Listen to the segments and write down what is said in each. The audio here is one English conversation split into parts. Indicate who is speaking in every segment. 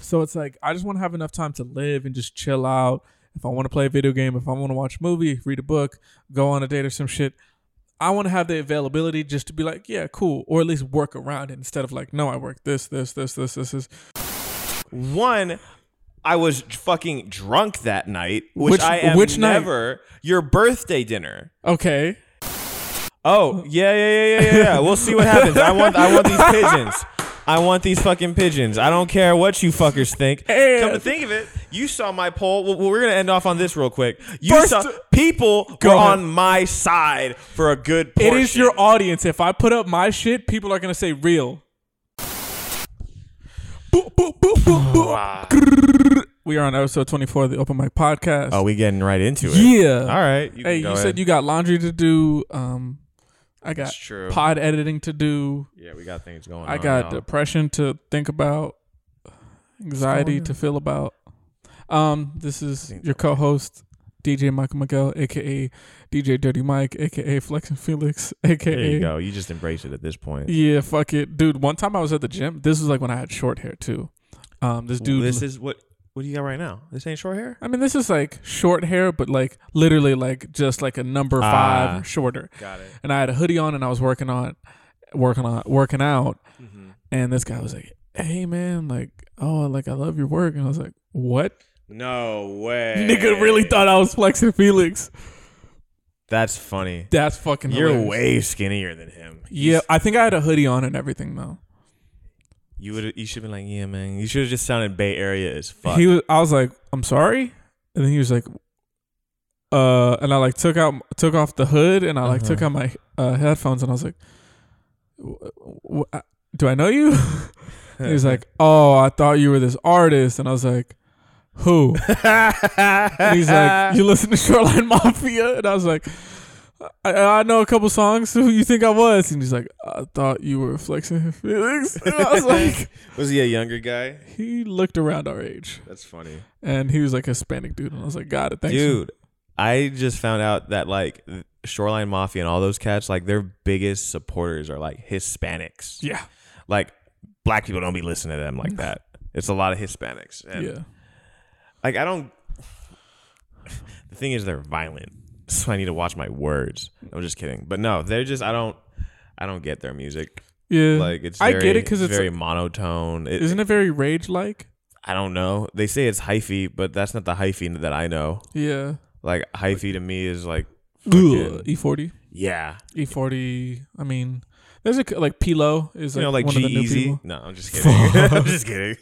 Speaker 1: So it's like I just want to have enough time to live and just chill out. If I want to play a video game, if I want to watch a movie, read a book, go on a date or some shit, I want to have the availability just to be like, yeah, cool, or at least work around it instead of like, no, I work this, this, this, this, this, this.
Speaker 2: One, I was fucking drunk that night, which,
Speaker 1: Which-
Speaker 2: I am
Speaker 1: which night?
Speaker 2: never. Your birthday dinner.
Speaker 1: Okay,
Speaker 2: Oh yeah, yeah, yeah, yeah, yeah, yeah. We'll see what happens. I want, I want these pigeons. I want these fucking pigeons. I don't care what you fuckers think.
Speaker 1: Hey. uh,
Speaker 2: Come to think of it, you saw my poll. Well, we're gonna end off on this real quick. You
Speaker 1: First-
Speaker 2: saw people
Speaker 1: Go
Speaker 2: were
Speaker 1: ahead.
Speaker 2: on my side for a good. Portion.
Speaker 1: it is your audience. If I put up my shit, people are gonna say real. Boop, boop, boop, boop,
Speaker 2: Oh,
Speaker 1: boop. We are on episode twenty-four of the Open Mic Podcast.
Speaker 2: Oh, we getting right into it.
Speaker 1: Yeah.
Speaker 2: All right. You
Speaker 1: hey, you said you got laundry to do. Um, I got
Speaker 2: That's true. Oh,
Speaker 1: pod editing to do.
Speaker 2: Yeah, we got things going.
Speaker 1: I
Speaker 2: on,
Speaker 1: got
Speaker 2: y'all.
Speaker 1: depression to think about, anxiety to feel about. Um, this is your co-host DJ Michael Miguel, aka DJ Dirty Mike, aka Flex and Felix, aka
Speaker 2: There you go. You just embrace it at this point.
Speaker 1: yeah, fuck it, dude. One time I was at the gym. This was like when I had short hair too. Um, this dude.
Speaker 2: this is what. What do you got right now? This ain't short hair.
Speaker 1: I mean, this is like short hair, but like literally like just like a number five
Speaker 2: Ah.
Speaker 1: shorter.
Speaker 2: Got it.
Speaker 1: and I had a hoodie on and I was working on working on working out
Speaker 2: Mm-hmm.
Speaker 1: and this guy was like, Hey man, like, oh like I love your work and I was like, What?
Speaker 2: No way.
Speaker 1: Nigga really thought I was flexing Felix.
Speaker 2: That's funny.
Speaker 1: That's fucking
Speaker 2: You're
Speaker 1: hilarious.
Speaker 2: way skinnier than him.
Speaker 1: Yeah, I think I had a hoodie on and everything though.
Speaker 2: You would. You should have been like, yeah, man. You should have just sounded Bay Area as fuck.
Speaker 1: He was I was like, I'm sorry? And then he was like uh and I like took out took off the hood and I like
Speaker 2: Uh-huh.
Speaker 1: took out my uh, headphones and I was like "W- w- I- do I know you? And he was like, "Oh, I thought you were this artist," and I was like, "Who?" And he's like, "You listen to Shoreline Mafia," and I was like, "I, I know a couple songs. Who you think I was?" And he's like, "I thought you were flexing Felix." And I was like,
Speaker 2: was he a younger guy?
Speaker 1: "He looked around our age,
Speaker 2: That's funny,
Speaker 1: and he was like Hispanic dude," and I was like, "Got it, thanks,
Speaker 2: dude. I just found out that like Shoreline Mafia and all those cats, like their biggest supporters are like Hispanics.
Speaker 1: Yeah,
Speaker 2: Like black people don't be listening to them like that. It's a lot of Hispanics. And
Speaker 1: yeah,
Speaker 2: Like I don't. The thing is, they're violent, so I need to watch my words. I'm just kidding, but no, they're just I don't. I don't get their music.
Speaker 1: yeah."
Speaker 2: Like it's
Speaker 1: I
Speaker 2: very,
Speaker 1: get it because it's
Speaker 2: very monotone. It,
Speaker 1: isn't it very rage like?
Speaker 2: I don't know. They say it's hyphy, but that's not the hyphy that I know.
Speaker 1: Yeah,
Speaker 2: Like hyphy to me is like
Speaker 1: Ugh,
Speaker 2: fucking-
Speaker 1: E forty.
Speaker 2: yeah,
Speaker 1: E forty. I mean, there's a c- like Pilo is
Speaker 2: you
Speaker 1: like,
Speaker 2: know, like
Speaker 1: one
Speaker 2: G
Speaker 1: of the new
Speaker 2: Easy.
Speaker 1: people.
Speaker 2: No, I'm just kidding. I'm just kidding.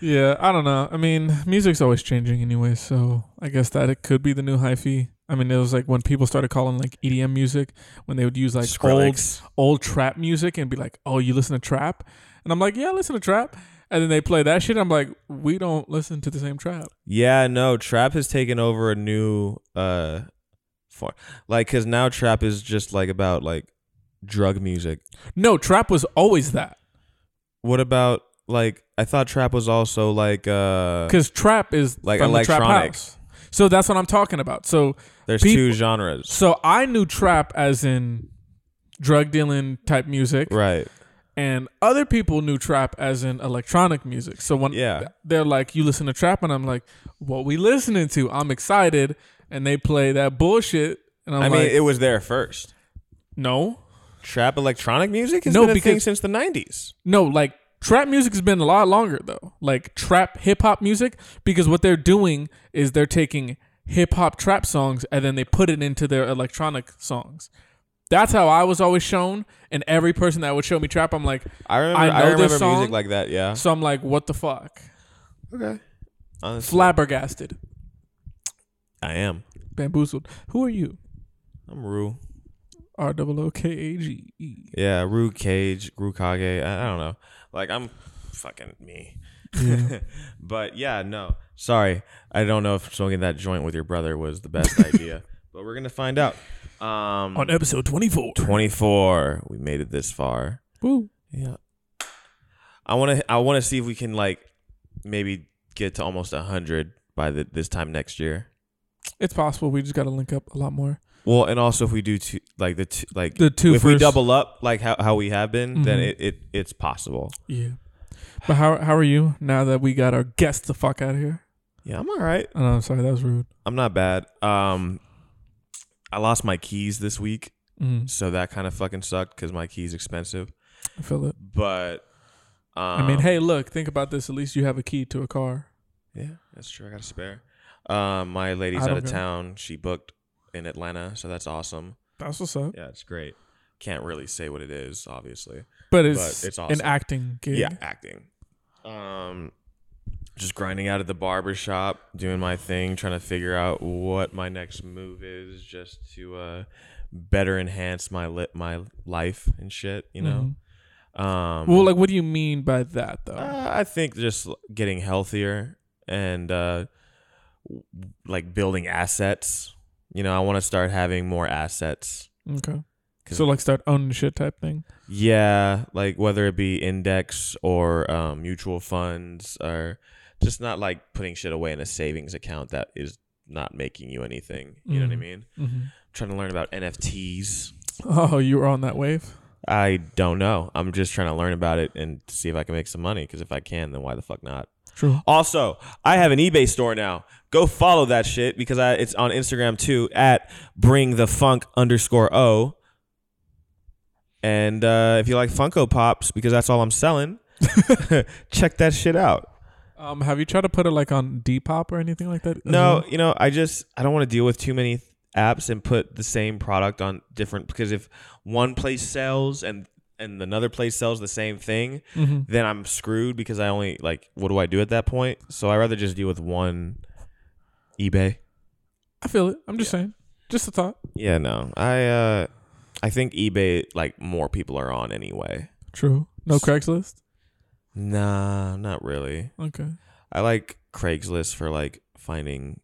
Speaker 1: Yeah, I don't know. I mean, music's always changing anyway, so I guess that it could be the new hyphy. I mean, it was like when people started calling like EDM music when they would use like
Speaker 2: Skrillex.
Speaker 1: old old trap music and be like, "Oh, you listen to trap?" And I'm like, "Yeah, I listen to trap." And then they play that shit. I'm like, "We don't listen to the same trap."
Speaker 2: yeah, no, trap has taken over a new uh, form. Like, cause now trap is just like about like drug music.
Speaker 1: No, trap was always that
Speaker 2: What about like I thought trap was also like uh,
Speaker 1: because trap is
Speaker 2: Like
Speaker 1: from the trap
Speaker 2: electronic.
Speaker 1: house. So that's what I'm talking about. So
Speaker 2: there's
Speaker 1: peop-
Speaker 2: two genres,
Speaker 1: So I knew trap as in drug dealing type music,
Speaker 2: right?
Speaker 1: and other people knew trap as in electronic music. So when
Speaker 2: Yeah.
Speaker 1: they're like, "You listen to trap," and I'm like, "What we listening to?" I'm excited, and they play that bullshit, and I'm
Speaker 2: I mean,
Speaker 1: like,
Speaker 2: it was there first.
Speaker 1: "No,
Speaker 2: Trap electronic music has
Speaker 1: No,
Speaker 2: been a thing
Speaker 1: because-
Speaker 2: since the '90s.
Speaker 1: no, like." Trap music has been a lot longer though, like trap hip hop music, because what they're doing is they're taking hip hop trap songs and then they put it into their electronic songs. That's how I was always shown, and every person that would show me trap, I'm like,
Speaker 2: I remember.
Speaker 1: I
Speaker 2: I,
Speaker 1: know this
Speaker 2: remember music
Speaker 1: song.
Speaker 2: like that. Yeah.
Speaker 1: So I'm like, what the fuck?
Speaker 2: Okay. Honestly,
Speaker 1: Flabbergasted,
Speaker 2: I am.
Speaker 1: bamboozled. Who are you?
Speaker 2: I'm Rue.
Speaker 1: R O O K A G E.
Speaker 2: Yeah, Rue Cage, Rue Kage. I, I don't know. Like I'm fucking me. but yeah, no. Sorry, I don't know if smoking that joint with your brother was the best idea, but we're gonna find out. Um,
Speaker 1: On episode 24.
Speaker 2: 24, we made it this far.
Speaker 1: Woo.
Speaker 2: Yeah. I want to. I want to see if we can like maybe get to almost hundred by the, this time next year.
Speaker 1: It's possible. We just got to link up a lot more.
Speaker 2: Well, and also if we do two, like the two, like
Speaker 1: The two
Speaker 2: if we
Speaker 1: first-
Speaker 2: double up like how, how we have been, then
Speaker 1: Mhm.
Speaker 2: it, it it's possible.
Speaker 1: Yeah. But how how are you now that we got our guest the fuck out of here?
Speaker 2: Yeah, I'm all right.
Speaker 1: Oh, no, I'm sorry, that was rude.
Speaker 2: I'm not bad. Um, I lost my keys this week,
Speaker 1: Mm,
Speaker 2: so that kind of fucking sucked because my keys expensive.
Speaker 1: I feel it.
Speaker 2: But um,
Speaker 1: I mean, hey, look, think about this. At least you have a key to a car.
Speaker 2: yeah, that's true. I got a spare. Um, my lady's
Speaker 1: I
Speaker 2: out
Speaker 1: don't
Speaker 2: of
Speaker 1: care.
Speaker 2: town. She booked in Atlanta, so that's awesome.
Speaker 1: That's what's up.
Speaker 2: Yeah, it's great. Can't really say what it is, obviously.
Speaker 1: But it's,
Speaker 2: it's
Speaker 1: an
Speaker 2: awesome.
Speaker 1: acting gig.
Speaker 2: Yeah, acting. Um, just grinding out at the barber shop, doing my thing, trying to figure out what my next move is, just to uh, better enhance my lit my life and shit. You know. Um,
Speaker 1: Well, like, what do you mean by that, though?
Speaker 2: uh, I think just l- getting healthier and uh, w- like building assets. You know, I want to start having more assets.
Speaker 1: okay.
Speaker 2: 'cause-
Speaker 1: So, like, start owning shit type thing.
Speaker 2: Yeah, like whether it be index or um, mutual funds or just not like putting shit away in a savings account that is not making you anything. You know what I
Speaker 1: Mhm.
Speaker 2: mean?
Speaker 1: hmm
Speaker 2: trying to learn about NFTs.
Speaker 1: Oh, you were on that wave.
Speaker 2: I don't know. I'm just trying to learn about it and see if I can make some money because if I can, then why the fuck not?
Speaker 1: True.
Speaker 2: Also, I have an eBay store now. Go follow that shit because I, it's on Instagram too at bring the funk underscore o. And uh, if you like Funko Pops, because that's all I'm selling, check that shit out.
Speaker 1: Um, have you tried to put it like on Depop or anything like that? as
Speaker 2: No,
Speaker 1: well?
Speaker 2: you know, I just I don't want to deal with too many th- apps and put the same product on different because if one place sells and and another place sells the same thing,
Speaker 1: Mhm.
Speaker 2: then I'm screwed because I only like what do I do at that point? So I rather just deal with one eBay.
Speaker 1: I feel it. I'm just saying. Just a thought.
Speaker 2: Yeah, no. I uh I think eBay like more people are on anyway.
Speaker 1: True. No
Speaker 2: S-
Speaker 1: Craigslist.
Speaker 2: Nah, not really.
Speaker 1: Okay.
Speaker 2: I like Craigslist for like finding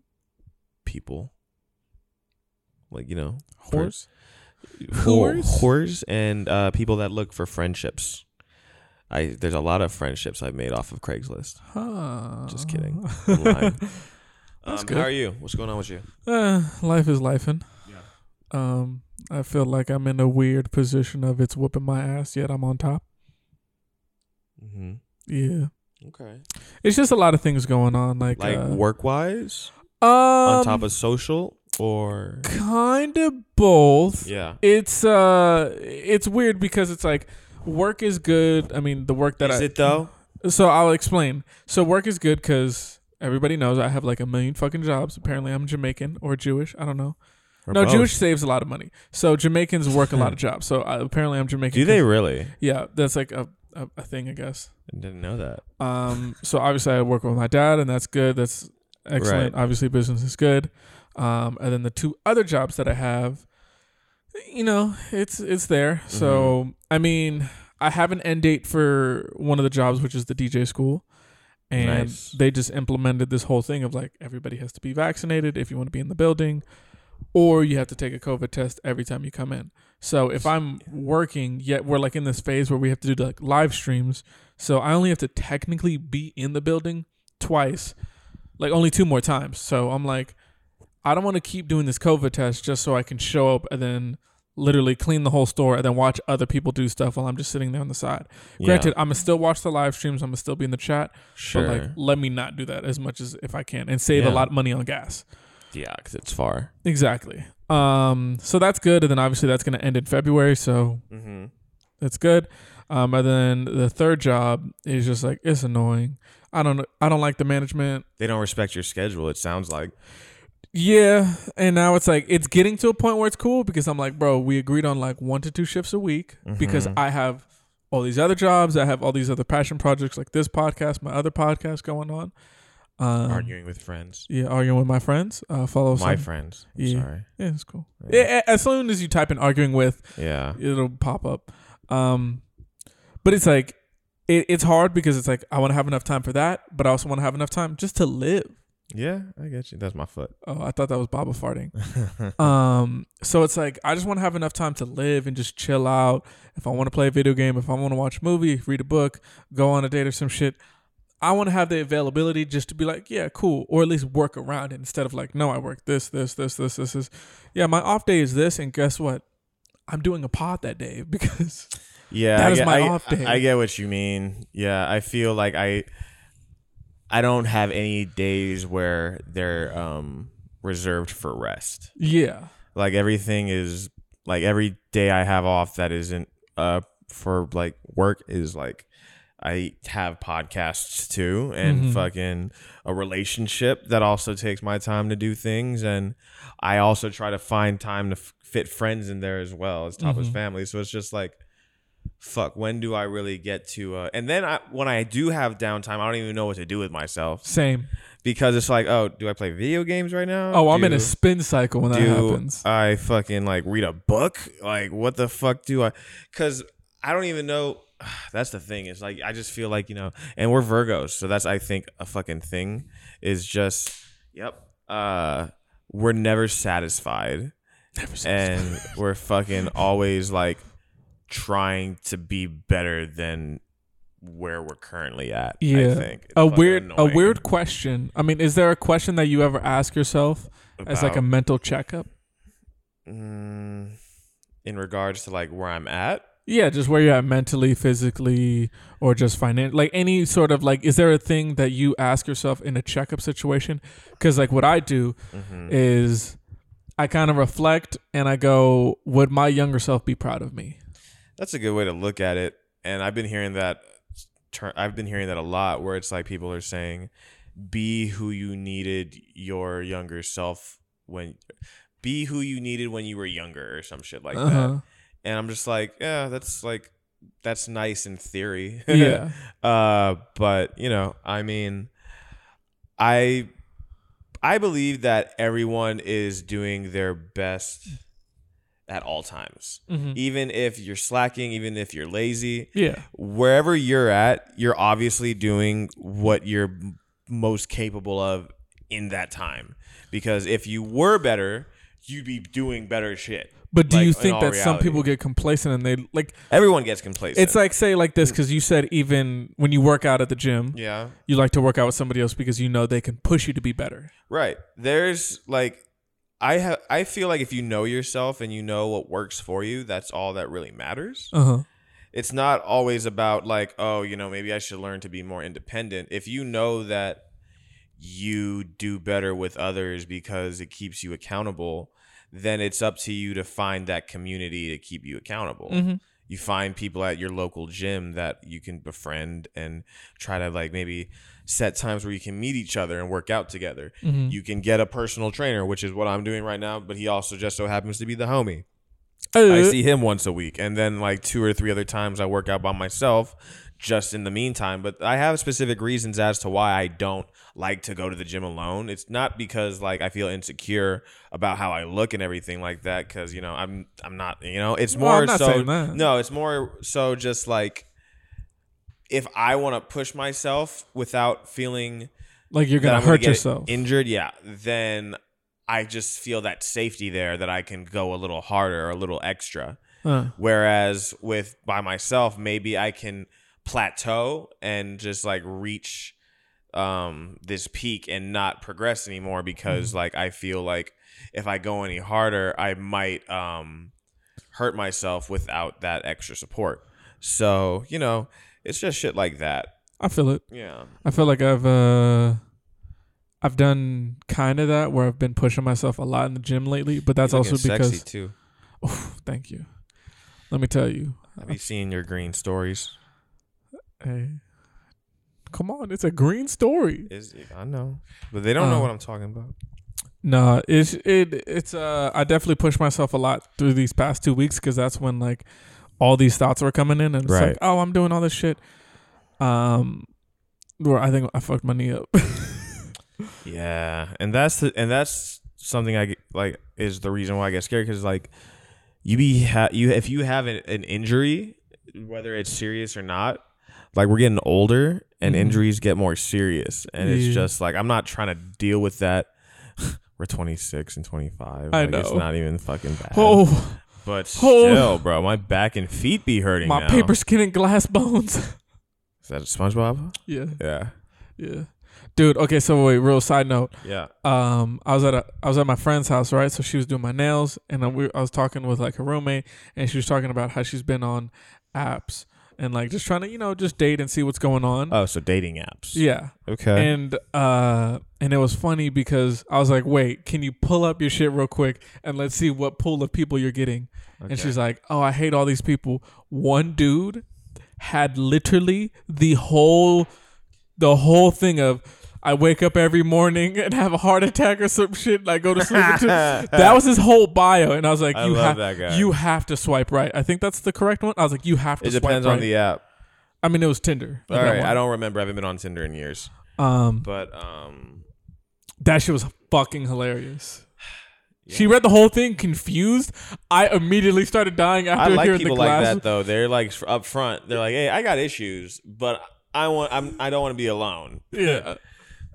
Speaker 2: people. Like, you know,
Speaker 1: Horse.
Speaker 2: whore-
Speaker 1: Whores?
Speaker 2: whores and uh, people that look for friendships. I there's a lot of friendships I've made off of Craigslist.
Speaker 1: Huh.
Speaker 2: Just kidding. I'm lying.
Speaker 1: That's
Speaker 2: um,
Speaker 1: good.
Speaker 2: How are you? What's going on with you?
Speaker 1: Eh, life is lifing.
Speaker 2: Yeah.
Speaker 1: Um, I feel like I'm in a weird position of it's whooping my ass, yet I'm on top.
Speaker 2: Mm-hmm.
Speaker 1: Yeah.
Speaker 2: Okay.
Speaker 1: It's just a lot of things going on. Like,
Speaker 2: Like
Speaker 1: uh,
Speaker 2: work wise,
Speaker 1: um,
Speaker 2: on top of social, or
Speaker 1: kind of both.
Speaker 2: yeah.
Speaker 1: It's uh, it's weird because it's like work is good. I mean, the work that
Speaker 2: Is
Speaker 1: I
Speaker 2: it though?
Speaker 1: So I'll explain. So work is good because everybody knows I have like a million fucking jobs. Apparently, I'm Jamaican or Jewish. I don't know.
Speaker 2: Or
Speaker 1: no,
Speaker 2: both?
Speaker 1: Jewish saves a lot of money. So Jamaicans work a lot of jobs. So I, apparently, I'm Jamaican.
Speaker 2: Do they
Speaker 1: 'cause-
Speaker 2: really?
Speaker 1: Yeah, that's like a, a, a thing, I guess.
Speaker 2: I didn't know that.
Speaker 1: Um, so obviously, I work with my dad, and that's good. That's excellent.
Speaker 2: Right.
Speaker 1: Obviously, business is good. Um, and then the two other jobs that I have, you know, it's it's there.
Speaker 2: Mm-hmm.
Speaker 1: So I mean, I have an end date for one of the jobs, which is the DJ school, and
Speaker 2: Nice.
Speaker 1: they just implemented this whole thing of like everybody has to be vaccinated if you want to be in the building, or you have to take a COVID test every time you come in. So if I'm working, yet we're like in this phase where we have to do like live streams. So I only have to technically be in the building twice, like only two more times. So I'm like, I don't want to keep doing this COVID test just so I can show up and then literally clean the whole store and then watch other people do stuff while I'm just sitting there on the side.
Speaker 2: Yeah.
Speaker 1: Granted, I'm gonna still watch the live streams. I'm gonna still be in the chat,
Speaker 2: Sure.
Speaker 1: but like, let me not do that as much as if I can and save
Speaker 2: Yeah.
Speaker 1: a lot of money on gas.
Speaker 2: yeah, because it's far.
Speaker 1: Exactly. Um, so that's good, and then obviously that's going to end in February, so
Speaker 2: Mm-hmm.
Speaker 1: that's good. Um, and then the third job is just like it's annoying. I don't know. I don't like the management.
Speaker 2: They don't respect your schedule. It sounds like.
Speaker 1: Yeah, and now it's like it's getting to a point where it's cool because I'm like, bro, we agreed on like one to two shifts a week because
Speaker 2: Mhm.
Speaker 1: I have all these other jobs. I have all these other passion projects like this podcast, my other podcast going on. Um,
Speaker 2: arguing with friends.
Speaker 1: Yeah, arguing with my friends. Uh, follow
Speaker 2: My
Speaker 1: some-
Speaker 2: friends. I'm
Speaker 1: Yeah.
Speaker 2: Sorry.
Speaker 1: Yeah, it's cool.
Speaker 2: Yeah.
Speaker 1: Yeah, a- as soon as you type in arguing with,
Speaker 2: Yeah.
Speaker 1: it'll pop up. Um, but it's like it, it's hard because it's like I want to have enough time for that, but I also want to have enough time just to live.
Speaker 2: Yeah, I get you. That's my foot.
Speaker 1: Oh, I thought that was Baba farting. um, so it's like I just want to have enough time to live and just chill out. If I want to play a video game, if I want to watch a movie, read a book, go on a date or some shit, I want to have the availability just to be like, yeah, cool, or at least work around it instead of like, no, I work this, this, this, this, this, this. Yeah, my off day is this, and guess what? I'm doing a pod that day because
Speaker 2: Yeah,
Speaker 1: That
Speaker 2: I
Speaker 1: is
Speaker 2: get,
Speaker 1: my
Speaker 2: I,
Speaker 1: off day.
Speaker 2: I get what you mean. Yeah, I feel like I, I don't have any days where they're um reserved for rest.
Speaker 1: Yeah.
Speaker 2: Like everything is like every day I have off that isn't uh for like work is like I have podcasts too and
Speaker 1: Mhm.
Speaker 2: fucking a relationship that also takes my time to do things and I also try to find time to f- fit friends in there as well as top as
Speaker 1: Mhm.
Speaker 2: family. So it's just like fuck when do I really get to uh and then I when I do have downtime I don't even know what to do with myself
Speaker 1: Same.
Speaker 2: because it's like oh do I play video games right now?
Speaker 1: Oh, I'm in
Speaker 2: Do-
Speaker 1: a spin cycle when that
Speaker 2: do
Speaker 1: happens.
Speaker 2: I fucking like read a book? Like what the fuck do I? Because I don't even know. That's the thing. It's like I just feel like you know, and we're Virgos, so that's I think a fucking thing is just yep. Uh, we're never satisfied, and we're fucking always like trying to be better than where we're currently at.
Speaker 1: Yeah.
Speaker 2: I think It's
Speaker 1: a
Speaker 2: fucking
Speaker 1: weird a
Speaker 2: annoying
Speaker 1: weird question. I mean, is there a question that you ever ask yourself as like a
Speaker 2: about-
Speaker 1: mental checkup?
Speaker 2: Mm, in regards to like where I'm at.
Speaker 1: Yeah, just where you're at mentally, physically, or just financially. Like any sort of like, is there a thing that you ask yourself in a checkup situation? Because like what I do
Speaker 2: Mhm.
Speaker 1: is I kind of reflect and I go, would my younger self be proud of me?
Speaker 2: That's a good way to look at it. And I've been hearing that ter- I've been hearing that a lot where it's like people are saying be who you needed your younger self when be who you needed when you were younger or some shit like
Speaker 1: Uh-huh.
Speaker 2: that. And I'm just like, yeah, that's like that's nice in theory.
Speaker 1: yeah.
Speaker 2: Uh, but you know, I mean, I I believe that everyone is doing their best at all times.
Speaker 1: Mhm.
Speaker 2: Even if you're slacking, even if you're lazy,
Speaker 1: Yeah.
Speaker 2: wherever you're at, you're obviously doing what you're m- most capable of in that time. Because if you were better, you'd be doing better shit.
Speaker 1: But do
Speaker 2: Like,
Speaker 1: you
Speaker 2: in
Speaker 1: think
Speaker 2: all
Speaker 1: that some
Speaker 2: reality.
Speaker 1: people get complacent and they like,
Speaker 2: Everyone gets complacent.
Speaker 1: it's like, say like this, because you said even when you work out at the gym,
Speaker 2: Mm. yeah.
Speaker 1: you like to work out with somebody else because you know they can push you to be better.
Speaker 2: Right. There's like I have I feel like if you know yourself and you know what works for you, that's all that really matters.
Speaker 1: Uh huh.
Speaker 2: It's not always about like, oh, you know, maybe I should learn to be more independent. If you know that you do better with others because it keeps you accountable, then it's up to you to find that community to keep you accountable you find people at your local gym that you can befriend and try to like maybe set times where you can meet each other and work out together.
Speaker 1: Mhm.
Speaker 2: You can get a personal trainer, which is what I'm doing right now, but he also just so happens to be the homie. I
Speaker 1: Uh-huh.
Speaker 2: see him once a week and then like two or three other times I work out by myself just in the meantime, but I have specific reasons as to why I don't like to go to the gym alone. It's not because like I feel insecure about how I look and everything like that cuz you know, I'm I'm not, you know, it's
Speaker 1: Well,
Speaker 2: more
Speaker 1: I'm not
Speaker 2: so
Speaker 1: saying that.
Speaker 2: no, it's more so just like if I want to push myself without feeling
Speaker 1: Like you're gonna
Speaker 2: that I'm
Speaker 1: hurt
Speaker 2: get
Speaker 1: yourself.
Speaker 2: injured, yeah, then I just feel that safety there that I can go a little harder or a little extra.
Speaker 1: Uh,
Speaker 2: Whereas with by myself, maybe I can plateau and just like reach um this peak and not progress anymore because
Speaker 1: Mm-hmm.
Speaker 2: like I feel like if I go any harder, I might um hurt myself without that extra support. So, you know, it's just shit like that.
Speaker 1: I feel it.
Speaker 2: Yeah.
Speaker 1: I feel like I've uh, I've done kind of that where I've been pushing myself a lot in the gym lately. But that's
Speaker 2: You're
Speaker 1: also
Speaker 2: looking
Speaker 1: because
Speaker 2: sexy too.
Speaker 1: Oof, thank you. Let me tell you.
Speaker 2: I be seeing your green stories.
Speaker 1: Hey, come on, it's a green story.
Speaker 2: Is I know. But they don't
Speaker 1: Uh,
Speaker 2: know what I'm talking about.
Speaker 1: No, it's it it's uh I definitely pushed myself a lot through these past two weeks because that's when like all these thoughts were coming in and it's
Speaker 2: Right.
Speaker 1: like oh I'm doing all this shit, um, where I think I fucked my knee up.
Speaker 2: Yeah, and that's the and that's something I get, like is the reason why I get scared because like you be ha- you if you have an, an injury, whether it's serious or not, like we're getting older and
Speaker 1: Mhm.
Speaker 2: injuries get more serious, and it's
Speaker 1: Yeah.
Speaker 2: just like I'm not trying to deal with that. we're 26 and 25.
Speaker 1: I
Speaker 2: like, It's
Speaker 1: know.
Speaker 2: not even fucking bad.
Speaker 1: oh,
Speaker 2: but
Speaker 1: oh.
Speaker 2: still, bro, my back and feet be hurting.
Speaker 1: my
Speaker 2: now.
Speaker 1: paper skin and glass bones.
Speaker 2: Is that a SpongeBob?
Speaker 1: yeah,
Speaker 2: Yeah.
Speaker 1: yeah, dude. Okay, so wait, real side note.
Speaker 2: Yeah.
Speaker 1: um I was at a I was at my friend's house, right? So she was doing my nails and I, we, I was talking with like her roommate and she was talking about how she's been on apps and like just trying to you know just date and see what's going on.
Speaker 2: Oh, so dating apps.
Speaker 1: yeah,
Speaker 2: Okay.
Speaker 1: and uh, and it was funny because I was like, wait, can you pull up your shit real quick and let's see what pool of people you're getting? And she's like, oh, I hate all these people. One dude had literally the whole the whole thing of. I wake up every morning and have a heart attack or some shit. Like go to sleep. at two." that was his whole bio, and I was like,
Speaker 2: I
Speaker 1: "You have
Speaker 2: love that guy.
Speaker 1: you have to swipe right." I think that's the correct one. I was like, "You have to."
Speaker 2: it
Speaker 1: swipe
Speaker 2: depends
Speaker 1: right.
Speaker 2: on the app.
Speaker 1: I mean, it was Tinder.
Speaker 2: All right, I don't remember. I haven't been on Tinder in years.
Speaker 1: Um,
Speaker 2: But um,
Speaker 1: That shit was fucking hilarious. She read the whole thing confused. I immediately started dying
Speaker 2: I
Speaker 1: after
Speaker 2: like
Speaker 1: hearing
Speaker 2: people
Speaker 1: the class.
Speaker 2: like that though. They're like f- up front. They're like, "Hey, I got issues, but I want. I'm. I don't want to be alone."
Speaker 1: Yeah.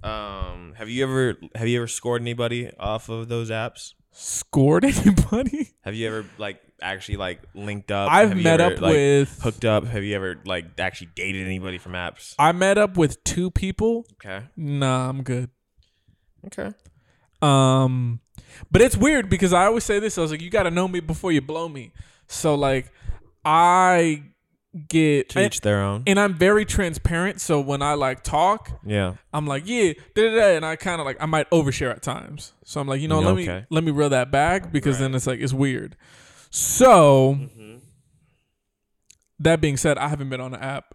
Speaker 2: Um, have you ever have you ever scored anybody off of those apps?
Speaker 1: Scored anybody?
Speaker 2: Have you ever like actually like linked up?
Speaker 1: I've
Speaker 2: Have you
Speaker 1: met
Speaker 2: ever,
Speaker 1: up
Speaker 2: like,
Speaker 1: with
Speaker 2: hooked up. Have you ever like actually dated anybody from apps?
Speaker 1: I met up with two people.
Speaker 2: Okay.
Speaker 1: Nah, I'm good.
Speaker 2: Okay.
Speaker 1: Um but it's weird because I always say this. I was like, you gotta know me before you blow me. So like I get
Speaker 2: To each their own.
Speaker 1: and I'm very transparent, so when I like talk,
Speaker 2: yeah.
Speaker 1: I'm like, yeah, da da da, and I kind of like I might overshare at times. So I'm like, you know, let me
Speaker 2: Okay.
Speaker 1: let me reel that back because then it's like it's weird. So that being said, I haven't been on an app,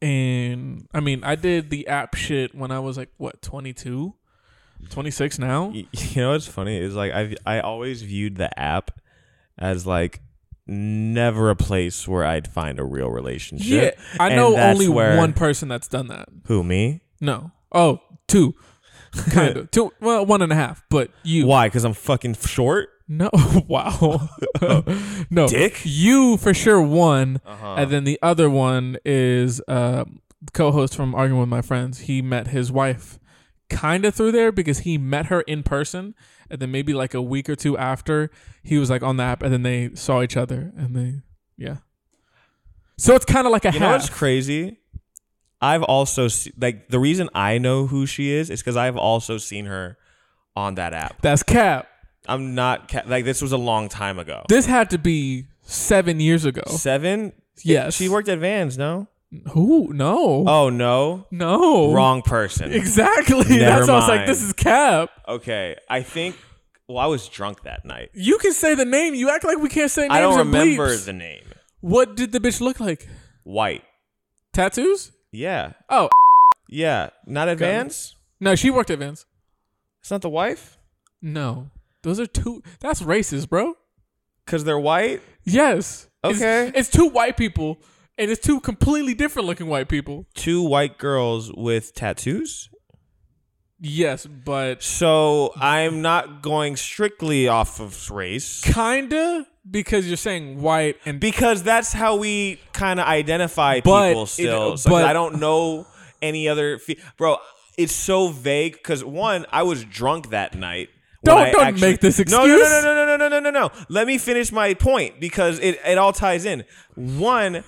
Speaker 1: and I mean, I did the app shit when I was like what 22, 26 now.
Speaker 2: Y- You know what's funny is like I I always viewed the app as like never a place where I'd find a real
Speaker 1: Yeah,
Speaker 2: relationship.
Speaker 1: I
Speaker 2: And
Speaker 1: know
Speaker 2: that's
Speaker 1: only
Speaker 2: where-
Speaker 1: one person that's done that.
Speaker 2: Who me?
Speaker 1: No, oh, two, kind of two, well, one and a half, but you.
Speaker 2: Why? Because I'm fucking short.
Speaker 1: No, wow. no,
Speaker 2: Dick?
Speaker 1: You for sure won,
Speaker 2: Uh-huh.
Speaker 1: and then the other one is uh, co-host from Arguing with My Friends. He met his wife kind of through there because he met her in person, and then maybe like a week or two after he was like on the app, and then they saw each other, and they yeah. So it's kind of like a
Speaker 2: You know what's
Speaker 1: half.
Speaker 2: crazy? I've also se- like the reason I know who she is is because I've also seen her on that app.
Speaker 1: That's cap.
Speaker 2: I'm not ca- like this was a long time ago.
Speaker 1: This had to be seven years ago.
Speaker 2: Seven.
Speaker 1: Yes,
Speaker 2: She worked at Vans, no?
Speaker 1: Who? No.
Speaker 2: Oh no,
Speaker 1: no.
Speaker 2: wrong person.
Speaker 1: Exactly.
Speaker 2: Never
Speaker 1: That's why I was like,
Speaker 2: mind.
Speaker 1: this is cap.
Speaker 2: Okay, I think. Well, I was drunk that night.
Speaker 1: You can say the name. You act like we can't say names
Speaker 2: I don't
Speaker 1: and
Speaker 2: remember
Speaker 1: bleeps.
Speaker 2: the name.
Speaker 1: What did the bitch look like?
Speaker 2: White.
Speaker 1: Tattoos?
Speaker 2: Yeah.
Speaker 1: Oh,
Speaker 2: Yeah. Not at
Speaker 1: Got it.
Speaker 2: Vans.
Speaker 1: no, she worked at Vans.
Speaker 2: It's not the wife
Speaker 1: No. Those are two. That's racist, bro.
Speaker 2: because they're white.
Speaker 1: Yes. It's-
Speaker 2: Okay.
Speaker 1: It's, two white people, and it's two completely different looking white people.
Speaker 2: Two white girls with tattoos.
Speaker 1: Yes, but
Speaker 2: So I'm not going strictly off of race
Speaker 1: kinda because you're saying white and
Speaker 2: because that's how we kind of identify
Speaker 1: But
Speaker 2: people
Speaker 1: it-
Speaker 2: still. so
Speaker 1: but-
Speaker 2: I don't know any other. Fe- Bro, it's so vague because one, I was drunk that night. when
Speaker 1: Don't-
Speaker 2: I
Speaker 1: don't make this
Speaker 2: No, no,
Speaker 1: excuse.
Speaker 2: no, no, no, no, no, no, no, no. Let me finish my point because it, it all ties in. One,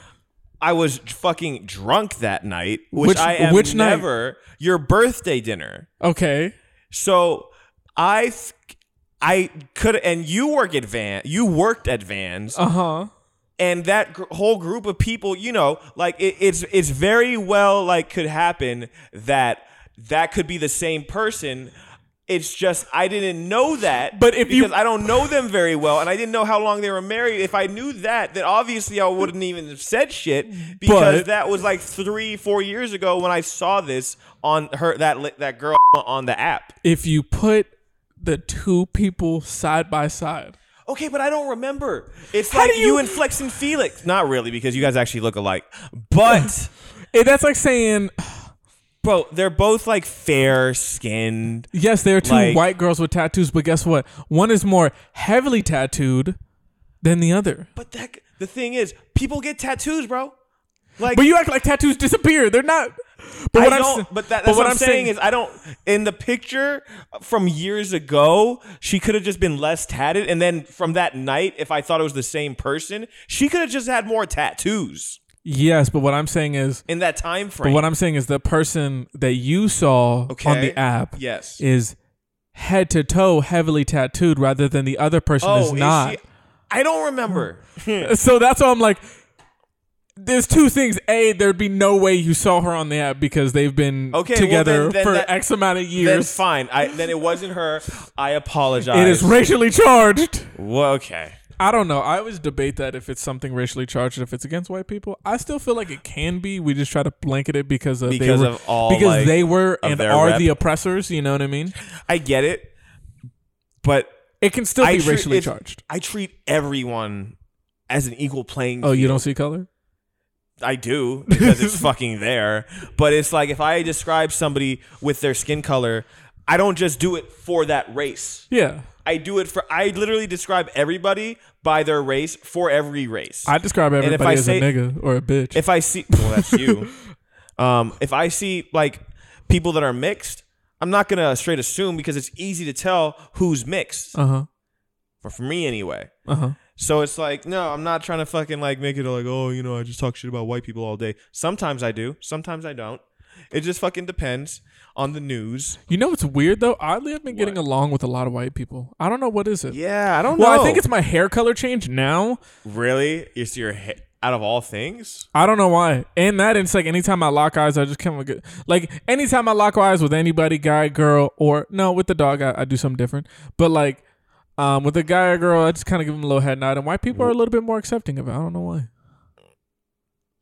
Speaker 2: I was fucking drunk that night, which,
Speaker 1: Which-
Speaker 2: I am
Speaker 1: which night?
Speaker 2: never. Your birthday dinner.
Speaker 1: okay.
Speaker 2: So I, th- I could, and you work at Van, you worked at Vans,
Speaker 1: Uh huh.
Speaker 2: and that gr- whole group of people, you know, like it, it's it's very well like could happen that that could be the same person. It's just I didn't know that,
Speaker 1: But if you-
Speaker 2: because I don't know them very well, and I didn't know how long they were married. If I knew that, then obviously I wouldn't even have said shit because
Speaker 1: But-
Speaker 2: that was like three, four years ago when I saw this on her that li- that girl on the app.
Speaker 1: If you put the two people side by side,
Speaker 2: Okay, but I don't remember. It's
Speaker 1: How
Speaker 2: like
Speaker 1: do
Speaker 2: you,
Speaker 1: you-
Speaker 2: and Flex and Felix. Not really, because you guys actually look alike. But
Speaker 1: eh, that's like saying
Speaker 2: bro, they're both like fair skinned.
Speaker 1: Yes, there are two
Speaker 2: Like-
Speaker 1: white girls with tattoos, but guess what? One is more heavily tattooed than the other.
Speaker 2: But that the thing is, people get tattoos, bro. Like
Speaker 1: But you act like tattoos disappear. They're not. But
Speaker 2: I
Speaker 1: what
Speaker 2: don't.
Speaker 1: I'm,
Speaker 2: but that, that's what, I'm saying, is, I don't. In the picture from years ago, she could have just been less tatted, and then from that night, if I thought it was the same person, she could have just had more tattoos
Speaker 1: yes. But what I'm saying is,
Speaker 2: in that time
Speaker 1: but
Speaker 2: frame.
Speaker 1: what I'm saying is, the person that you saw on
Speaker 2: Okay.
Speaker 1: the app
Speaker 2: yes.
Speaker 1: is head to toe heavily tattooed, rather than the other person is
Speaker 2: Oh, is
Speaker 1: not.
Speaker 2: she- I don't remember.
Speaker 1: so that's why I'm like, there's two things. A, there'd be no way you saw her on the app because they've been
Speaker 2: Okay, well,
Speaker 1: together
Speaker 2: then- then
Speaker 1: for
Speaker 2: that-
Speaker 1: X amount of
Speaker 2: Then
Speaker 1: years.
Speaker 2: fine. I then it wasn't her. I apologize.
Speaker 1: It is racially charged.
Speaker 2: Well, okay.
Speaker 1: I don't know. I always debate that if it's something racially charged, if it's against white people. I still feel like it can be. We just try to blanket it because of
Speaker 2: Because
Speaker 1: they were,
Speaker 2: of all,
Speaker 1: because
Speaker 2: like,
Speaker 1: they were
Speaker 2: of
Speaker 1: and
Speaker 2: their
Speaker 1: are
Speaker 2: rep.
Speaker 1: the oppressors. You know what I mean?
Speaker 2: I get it, but
Speaker 1: It can still
Speaker 2: I
Speaker 1: be
Speaker 2: treat-
Speaker 1: racially
Speaker 2: it's-
Speaker 1: charged.
Speaker 2: I treat everyone as an equal playing.
Speaker 1: Oh, you don't see color?
Speaker 2: I do because it's fucking there. But it's like if I describe somebody with their skin color, I don't just do it for that race.
Speaker 1: Yeah.
Speaker 2: I do it for. I literally describe everybody by their race for every race.
Speaker 1: I describe everybody
Speaker 2: I
Speaker 1: as
Speaker 2: say-
Speaker 1: a nigga or a bitch.
Speaker 2: if I see, well, that's you. um, if I see like people that are mixed, I'm not gonna straight assume because it's easy to tell who's mixed.
Speaker 1: uh huh.
Speaker 2: For, for me, anyway.
Speaker 1: Uh huh.
Speaker 2: So it's like, no, I'm not trying to fucking like make it like, oh, you know, I just talk shit about white people all day. Sometimes I do, sometimes I don't. It just fucking depends on the news.
Speaker 1: You know what's weird though? Oddly, I've been getting along with a lot of white people. I don't know what is it.
Speaker 2: Yeah, I don't
Speaker 1: Well,
Speaker 2: know.
Speaker 1: I think it's my hair color change now.
Speaker 2: really it's your he- out of all things.
Speaker 1: I don't know why. And that, it's like anytime I lock eyes, I just come with good. Like anytime I lock eyes with anybody, guy, girl, or no, with the dog, I, I do something different. But like um, with a guy or girl, I just kind of give them a little head nod. And white people are a little bit more accepting of it. I don't know why.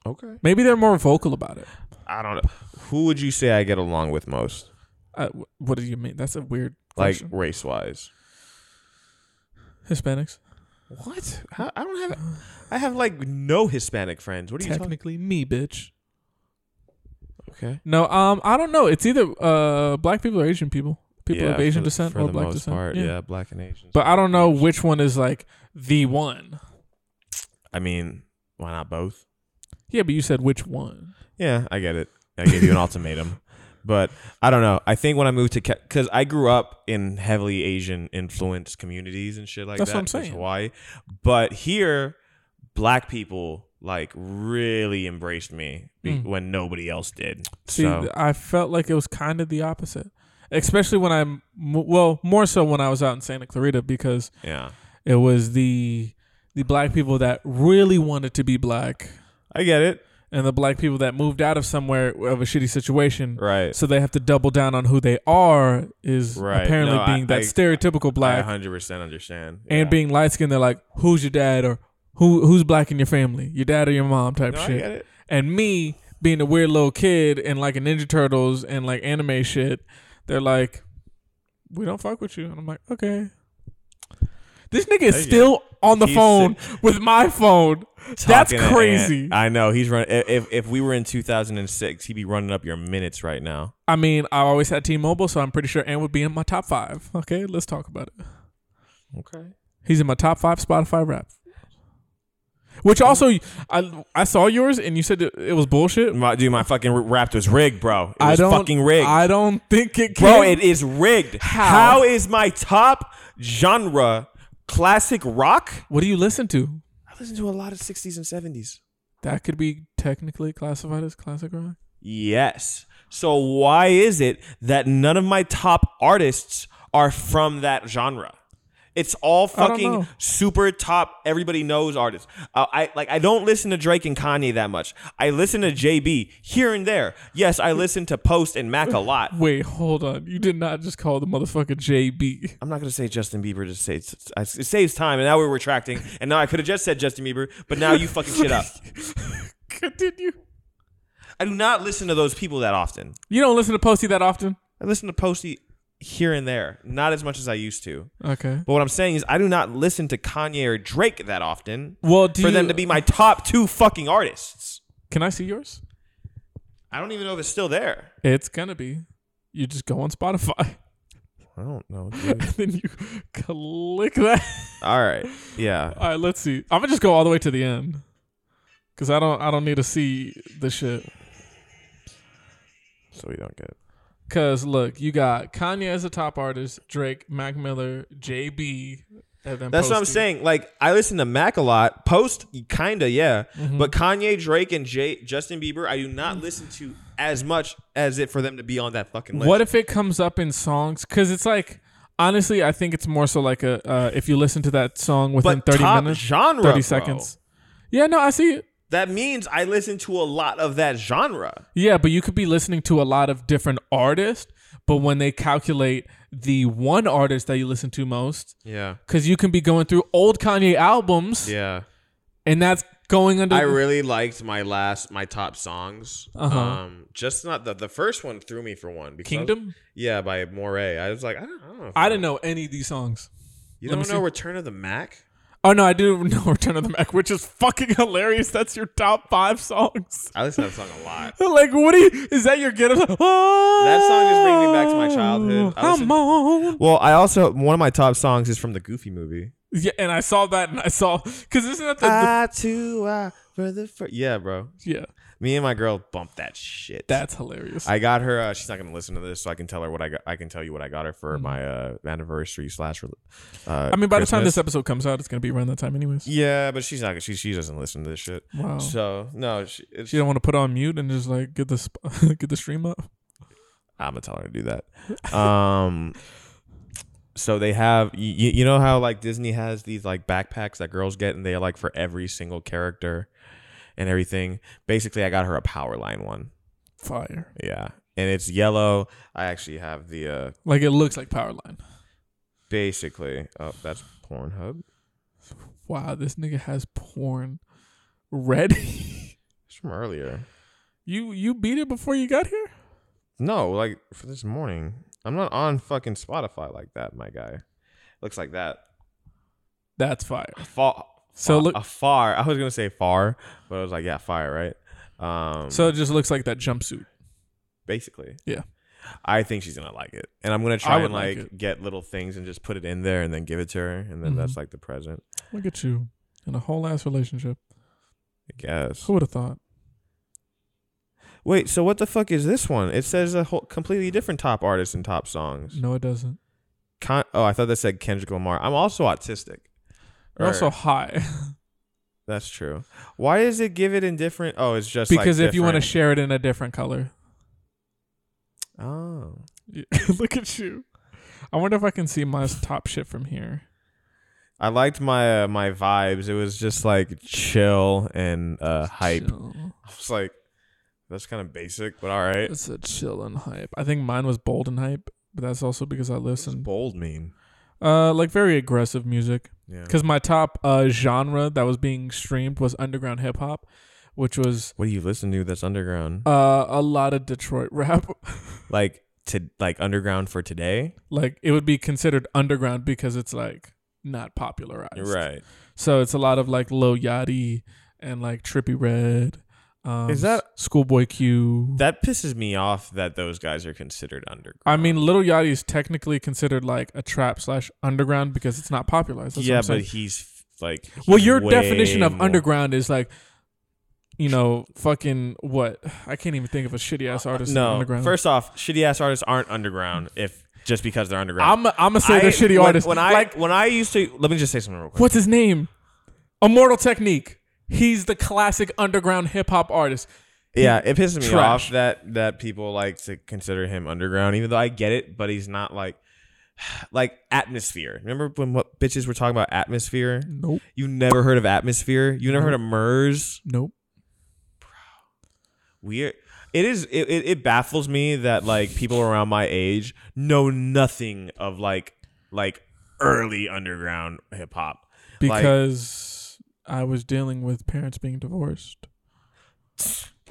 Speaker 2: Okay,
Speaker 1: Maybe they're more vocal about it.
Speaker 2: I don't know. Who would you say I get along with most,
Speaker 1: I, Uh, wh- what do you mean? That's a weird
Speaker 2: like
Speaker 1: question.
Speaker 2: race wise?
Speaker 1: Hispanics.
Speaker 2: What? How, I don't have. I have like no Hispanic friends. What are you talking?
Speaker 1: Technically, me, bitch.
Speaker 2: Okay.
Speaker 1: No, um, I don't know. It's either uh, black people or Asian people. People
Speaker 2: Yeah,
Speaker 1: of Asian
Speaker 2: for the-
Speaker 1: descent
Speaker 2: for
Speaker 1: or
Speaker 2: the
Speaker 1: black
Speaker 2: most
Speaker 1: descent.
Speaker 2: part,
Speaker 1: yeah.
Speaker 2: yeah. black and Asian.
Speaker 1: But I don't know which one is like the one.
Speaker 2: I mean, why not both?
Speaker 1: Yeah, but you said which one.
Speaker 2: Yeah, I get it. I gave you an ultimatum. But I don't know. I think when I moved to because I grew up in heavily Asian influenced communities and shit like
Speaker 1: That's
Speaker 2: that.
Speaker 1: what I'm
Speaker 2: in
Speaker 1: saying.
Speaker 2: Hawaii, but here, black people like really embraced me be-
Speaker 1: Mm.
Speaker 2: when nobody else did.
Speaker 1: See,
Speaker 2: so
Speaker 1: I felt like it was kind of the opposite, especially when I'm m- well, more so when I was out in Santa Clarita because
Speaker 2: yeah,
Speaker 1: it was the the black people that really wanted to be black
Speaker 2: I get it.
Speaker 1: and the black people that moved out of somewhere of a shitty situation.
Speaker 2: Right.
Speaker 1: So they have to double down on who they are is
Speaker 2: Right.
Speaker 1: apparently
Speaker 2: No, I-
Speaker 1: being that
Speaker 2: I-
Speaker 1: stereotypical
Speaker 2: I
Speaker 1: black
Speaker 2: 100 percent understand.
Speaker 1: and
Speaker 2: Yeah.
Speaker 1: being light skinned. They're like, who's your dad or who who's black in your family? Your dad or your mom type
Speaker 2: No, I
Speaker 1: shit.
Speaker 2: get it.
Speaker 1: and me being a weird little kid and like a Ninja Turtles and like anime shit, they're like, we don't fuck with you. And I'm like, okay. This nigga is
Speaker 2: There you
Speaker 1: still on the
Speaker 2: He's
Speaker 1: phone with my phone. That's
Speaker 2: Talking to Ant.
Speaker 1: crazy. I,
Speaker 2: I know he's running. If if we were in 2006, he'd be running up your minutes right now.
Speaker 1: mean, I always had T-Mobile, so I'm pretty sure Ant would be in my top five. Okay, let's talk about it.
Speaker 2: Okay.
Speaker 1: He's in my top five Spotify rap. Which also, I I saw yours and you said it, it was bullshit.
Speaker 2: My, dude, my fucking rap was rigged, bro. It was
Speaker 1: I don't
Speaker 2: fucking rigged.
Speaker 1: I don't think it can.
Speaker 2: bro, it is rigged.
Speaker 1: How?
Speaker 2: How is my top genre classic rock?
Speaker 1: what do you listen to?
Speaker 2: I listen to a lot of 60s and 70s.
Speaker 1: That could be technically classified as classic rock.
Speaker 2: Yes. So why is it that none of my top artists are from that genre? It's all
Speaker 1: don't
Speaker 2: fucking
Speaker 1: know.
Speaker 2: super top. Everybody knows artists. Uh, I like. I don't listen to Drake and Kanye that much. I listen to JB here and there. Yes, I listen to Post and Mac a lot.
Speaker 1: Wait, hold on. You did not just call the motherfucker JB.
Speaker 2: I'm not gonna say Justin Bieber just saves I- it saves time, and now we're retracting, and now I could have just said Justin Bieber, but now you fucking shit up.
Speaker 1: Continue.
Speaker 2: I do not listen to those people that often.
Speaker 1: You don't listen to Posty that often.
Speaker 2: I listen to Posty here and there, not as much as I used to.
Speaker 1: Okay.
Speaker 2: But what I'm saying is, I do not listen to Kanye or Drake that often
Speaker 1: Well, do
Speaker 2: for
Speaker 1: you,
Speaker 2: them to be my top two fucking artists.
Speaker 1: Can I see yours?
Speaker 2: I don't even know if it's still there.
Speaker 1: It's gonna be. You just go on Spotify
Speaker 2: I don't know.
Speaker 1: and then you click that.
Speaker 2: All right, yeah.
Speaker 1: All right, let's see. I'm gonna just go all the way to the end because I don't. I don't need to see the shit.
Speaker 2: So we don't get it.
Speaker 1: Cause look, you got Kanye as a top artist, Drake, Mac Miller, JB, and then
Speaker 2: That's what I'm
Speaker 1: Posty.
Speaker 2: saying. Like I listen to Mac a lot. Post, kinda, yeah.
Speaker 1: Mm-hmm.
Speaker 2: But Kanye, Drake, and Jay, Justin Bieber, I do not listen to as much as it for them to be on that fucking list.
Speaker 1: What if it comes up in songs? Because it's like, honestly, I think it's more so like a uh, if you listen to that song within
Speaker 2: But
Speaker 1: thirty
Speaker 2: top
Speaker 1: minutes,
Speaker 2: genre,
Speaker 1: thirty
Speaker 2: bro.
Speaker 1: seconds. Yeah, no, I see it.
Speaker 2: That means I listen to a lot of that genre.
Speaker 1: Yeah, but you could be listening to a lot of different artists, but when they calculate the one artist that you listen to most,
Speaker 2: Yeah.
Speaker 1: because you can be going through old Kanye albums,
Speaker 2: Yeah.
Speaker 1: and that's going under.
Speaker 2: I really liked my last my top songs.
Speaker 1: Uh-huh.
Speaker 2: Um just not the the first one threw me for one because
Speaker 1: Kingdom.
Speaker 2: Yeah, by Moray. I was like, I don't, I don't know. if-
Speaker 1: I didn't know any of these songs.
Speaker 2: You
Speaker 1: let me
Speaker 2: don't know
Speaker 1: see.
Speaker 2: Return of the Mac?
Speaker 1: Oh no, I do know Return of the Mac, which is fucking hilarious. That's your top five songs.
Speaker 2: I listen to that song a lot.
Speaker 1: like, what do you? Is that your get up? That
Speaker 2: song just brings me back to my childhood. I
Speaker 1: I'm
Speaker 2: listened-
Speaker 1: Oh, on.
Speaker 2: Well, I also one of my top songs is from the Goofy movie.
Speaker 1: Yeah, and I saw that, and I saw because isn't that the, the
Speaker 2: I too I for the fir- yeah, bro.
Speaker 1: yeah?
Speaker 2: Me and my girl bumped that shit.
Speaker 1: That's hilarious.
Speaker 2: I got her. Uh, she's not gonna listen to this, so I can tell her what I got. I can tell you what I got her for my uh, anniversary slash. Uh,
Speaker 1: Mm-hmm. I mean, by the time
Speaker 2: Christmas.
Speaker 1: this episode comes out, it's gonna be around that time, anyways.
Speaker 2: Yeah, but she's not. She she doesn't listen to this shit.
Speaker 1: Wow.
Speaker 2: So no, she, it's,
Speaker 1: She don't want to put on mute and just like get this get the stream up.
Speaker 2: I'm gonna tell her to do that. Um, so they have you, you know how like Disney has these like backpacks that girls get and they are like for every single character and everything. Basically, I got her a power line one.
Speaker 1: Fire.
Speaker 2: Yeah, and it's yellow. I actually have the uh
Speaker 1: Like it looks like Powerline.
Speaker 2: basically. Oh, that's Pornhub.
Speaker 1: Wow, this nigga has porn ready.
Speaker 2: It's from earlier.
Speaker 1: you you beat it before you got here?
Speaker 2: No, like for this morning. I'm not on fucking Spotify like that, my guy. Looks like that.
Speaker 1: That's fire.
Speaker 2: Far.
Speaker 1: So
Speaker 2: fa-
Speaker 1: look-
Speaker 2: a far. I was gonna say far, but I was like, yeah, fire, right? Um,
Speaker 1: So it just looks like that jumpsuit.
Speaker 2: basically,
Speaker 1: Yeah.
Speaker 2: I think she's gonna like it, and I'm gonna try
Speaker 1: would
Speaker 2: and
Speaker 1: like
Speaker 2: like,
Speaker 1: it.
Speaker 2: get little things and just put it in there, and then give it to her, and then
Speaker 1: Mm-hmm.
Speaker 2: that's like the present,
Speaker 1: Look at you in a whole ass relationship.
Speaker 2: I guess.
Speaker 1: Who would have thought?
Speaker 2: Wait, so what the fuck is this one? It says a whole completely different top artist and top songs.
Speaker 1: No, it doesn't.
Speaker 2: Con- oh, I thought that said Kendrick Lamar. I'm also autistic.
Speaker 1: You're
Speaker 2: Or-
Speaker 1: also high
Speaker 2: That's true. Why does it give it in different? Oh, it's just like,
Speaker 1: because if you want to
Speaker 2: different-
Speaker 1: share it in a different color,
Speaker 2: oh,
Speaker 1: Yeah. look at you. I wonder if I can see my top shit from here.
Speaker 2: I liked my uh, my vibes. It was just like chill and uh, hype.
Speaker 1: Chill.
Speaker 2: I was like, that's kind of basic, but all right.
Speaker 1: It's a chill and hype. I think mine was bold and hype, but that's also because I
Speaker 2: What's
Speaker 1: listen
Speaker 2: bold mean?
Speaker 1: uh like very aggressive music.
Speaker 2: Yeah.
Speaker 1: Because my top uh genre that was being streamed was underground hip hop, which was
Speaker 2: What do you listen to that's underground?
Speaker 1: uh a lot of Detroit rap.
Speaker 2: like to like underground for today?
Speaker 1: like it would be considered underground because it's like not popularized.
Speaker 2: Right.
Speaker 1: So it's a lot of like Low Yachty and like Trippy Red. Um,
Speaker 2: Is that-
Speaker 1: Schoolboy Q?
Speaker 2: That pisses me off that those guys are considered underground.
Speaker 1: I mean, Little Yachty is technically considered like a trap slash underground because it's not popularized. That's what
Speaker 2: yeah,
Speaker 1: I'm saying.
Speaker 2: but he's f- like.
Speaker 1: well,
Speaker 2: he's
Speaker 1: your
Speaker 2: way
Speaker 1: definition of
Speaker 2: more-
Speaker 1: underground is like, you know, fucking what? I can't even think of a shitty ass artist. that's
Speaker 2: No,
Speaker 1: underground.
Speaker 2: first off, shitty ass artists aren't underground if just because they're underground.
Speaker 1: I'm I'm gonna say the
Speaker 2: I-
Speaker 1: shitty
Speaker 2: when,
Speaker 1: artist.
Speaker 2: When I
Speaker 1: like
Speaker 2: when I used to, let me just say something real quick.
Speaker 1: what's his name? Immortal Technique. He's the classic underground hip hop artist.
Speaker 2: Yeah, it pisses me
Speaker 1: Trash.
Speaker 2: off that that people like to consider him underground, even though I get it, but he's not like like atmosphere. Remember when what bitches were talking about atmosphere?
Speaker 1: Nope.
Speaker 2: You never heard of atmosphere? You never heard of MERS?
Speaker 1: Nope.
Speaker 2: Weird. It is it, it, it baffles me that like people around my age know nothing of like like early underground hip hop. like,
Speaker 1: because I was dealing with parents being divorced,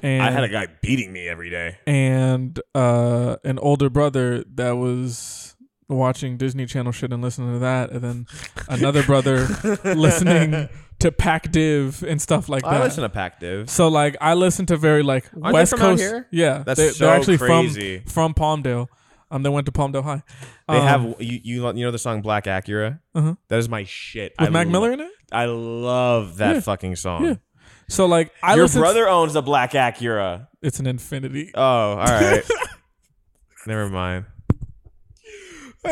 Speaker 1: and
Speaker 2: I had a guy beating me every day.
Speaker 1: and uh, an older brother that was watching Disney Channel shit and listening to that, and then another brother listening to Pac Div and stuff like
Speaker 2: I
Speaker 1: that.
Speaker 2: listen to Pac Div.
Speaker 1: so like I listen to very like
Speaker 2: they
Speaker 1: West
Speaker 2: from out
Speaker 1: Coast,
Speaker 2: here?
Speaker 1: yeah.
Speaker 2: That's
Speaker 1: they,
Speaker 2: so
Speaker 1: they're actually
Speaker 2: crazy.
Speaker 1: from from Palmdale. Um, they went to Palmdale High.
Speaker 2: They
Speaker 1: Um,
Speaker 2: have you, you you know the song Black Acura?
Speaker 1: Uh-huh.
Speaker 2: That is my shit.
Speaker 1: with
Speaker 2: I
Speaker 1: Mac
Speaker 2: lo-
Speaker 1: Miller in it.
Speaker 2: I love that
Speaker 1: Yeah.
Speaker 2: fucking song.
Speaker 1: Yeah. So like I
Speaker 2: Your
Speaker 1: listen to-
Speaker 2: brother owns a black Acura.
Speaker 1: it's an infinity.
Speaker 2: Oh, all right. Never mind.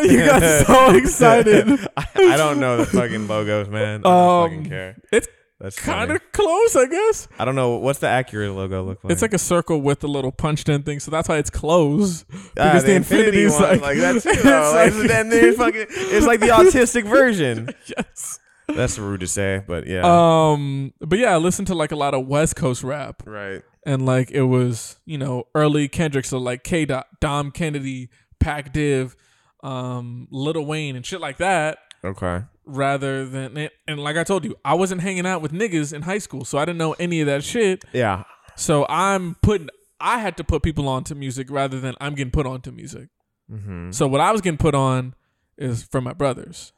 Speaker 1: you got so excited.
Speaker 2: I, I don't know the fucking logos, man. I don't
Speaker 1: Um,
Speaker 2: fucking care.
Speaker 1: It's
Speaker 2: That's
Speaker 1: kind
Speaker 2: kind
Speaker 1: of close, I guess.
Speaker 2: I don't know what's the Acura logo look like.
Speaker 1: It's like a circle with a little punched in thing, so that's why it's closed.
Speaker 2: Ah,
Speaker 1: Because the, infinity, is
Speaker 2: one,
Speaker 1: like,
Speaker 2: like that too.
Speaker 1: it's
Speaker 2: though.
Speaker 1: like-
Speaker 2: Like, it's, that- they fucking, it's like the autistic version.
Speaker 1: yes.
Speaker 2: That's rude to say, but yeah.
Speaker 1: Um, but yeah, I listened to like a lot of West Coast rap,
Speaker 2: right.
Speaker 1: and like it was you know early Kendrick, so like K Dot, Dom Kennedy, Pac Div, um, Little Wayne, and shit like that.
Speaker 2: Okay.
Speaker 1: Rather than and, and like I told you, I wasn't hanging out with niggas in high school, so I didn't know any of that shit.
Speaker 2: Yeah.
Speaker 1: So I'm putting, I had to put people onto music rather than I'm getting put onto music.
Speaker 2: Mm-hmm.
Speaker 1: So what I was getting put on is from my brothers.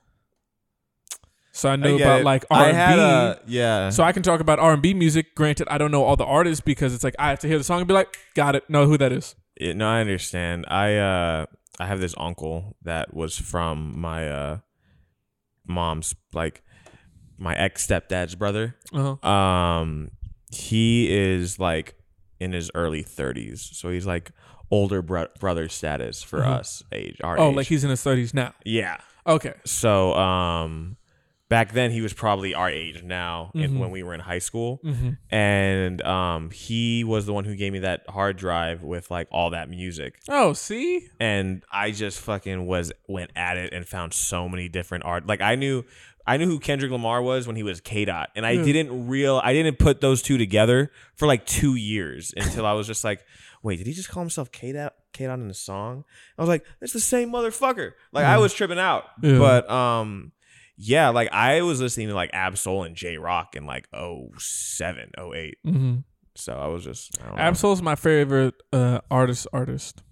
Speaker 1: So I know about like R
Speaker 2: I had
Speaker 1: and
Speaker 2: a,
Speaker 1: B.
Speaker 2: yeah.
Speaker 1: So I can talk about R and B music. Granted, I don't know all the artists because it's like I have to hear the song and be like, got it, know who that is.
Speaker 2: Yeah, no, I understand. I uh I have this uncle that was from my uh mom's like my ex stepdad's brother.
Speaker 1: Uh-huh.
Speaker 2: Um he is like in his early 30s. So he's like older bro- brother status for
Speaker 1: Mhm.
Speaker 2: us age. Our
Speaker 1: Oh,
Speaker 2: age.
Speaker 1: like he's in his thirties now.
Speaker 2: yeah.
Speaker 1: Okay.
Speaker 2: So um back then he was probably our age now and
Speaker 1: Mhm.
Speaker 2: when we were in high school
Speaker 1: Mm-hmm.
Speaker 2: and um he was the one who gave me that hard drive with like all that music
Speaker 1: Oh, see,
Speaker 2: and I just fucking was went at it and found so many different art. Like I knew, I knew who Kendrick Lamar was when he was K Dot, and I
Speaker 1: Yeah.
Speaker 2: didn't real, I didn't put those two together for like two years until I was just like, wait, did he just call himself K Dot? K Dot in the song? I was like, it's the same motherfucker. Like I
Speaker 1: Yeah.
Speaker 2: was tripping out,
Speaker 1: Yeah.
Speaker 2: but um. Yeah, like I was listening to like Absol and J Rock in like 07, 08.
Speaker 1: mm-hmm.
Speaker 2: So I was just I don't know.
Speaker 1: Absol's my favorite uh, artist. Artist.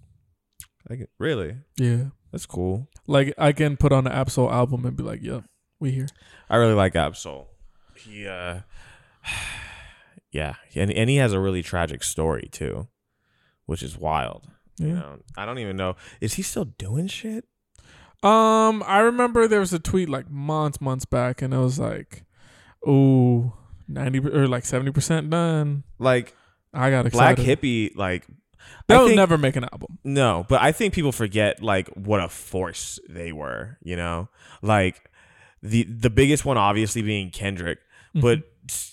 Speaker 2: Like, really?
Speaker 1: Yeah.
Speaker 2: That's cool.
Speaker 1: Like I can put on an Absol album and be like, yep, we here.
Speaker 2: I really like Absol. He, uh, yeah, and and he has a really tragic story too, which is wild. You
Speaker 1: Yeah.
Speaker 2: know, I don't even know. Is he still doing shit?
Speaker 1: Um, I remember there was a tweet like months, months back, and it was like, "Ooh, ninety or like seventy percent done."
Speaker 2: Like
Speaker 1: I got
Speaker 2: Black
Speaker 1: excited.
Speaker 2: Hippie, like I
Speaker 1: They'll
Speaker 2: think-
Speaker 1: never make an album.
Speaker 2: no, but I think people forget like what a force they were. You know, like the the biggest one obviously being Kendrick, but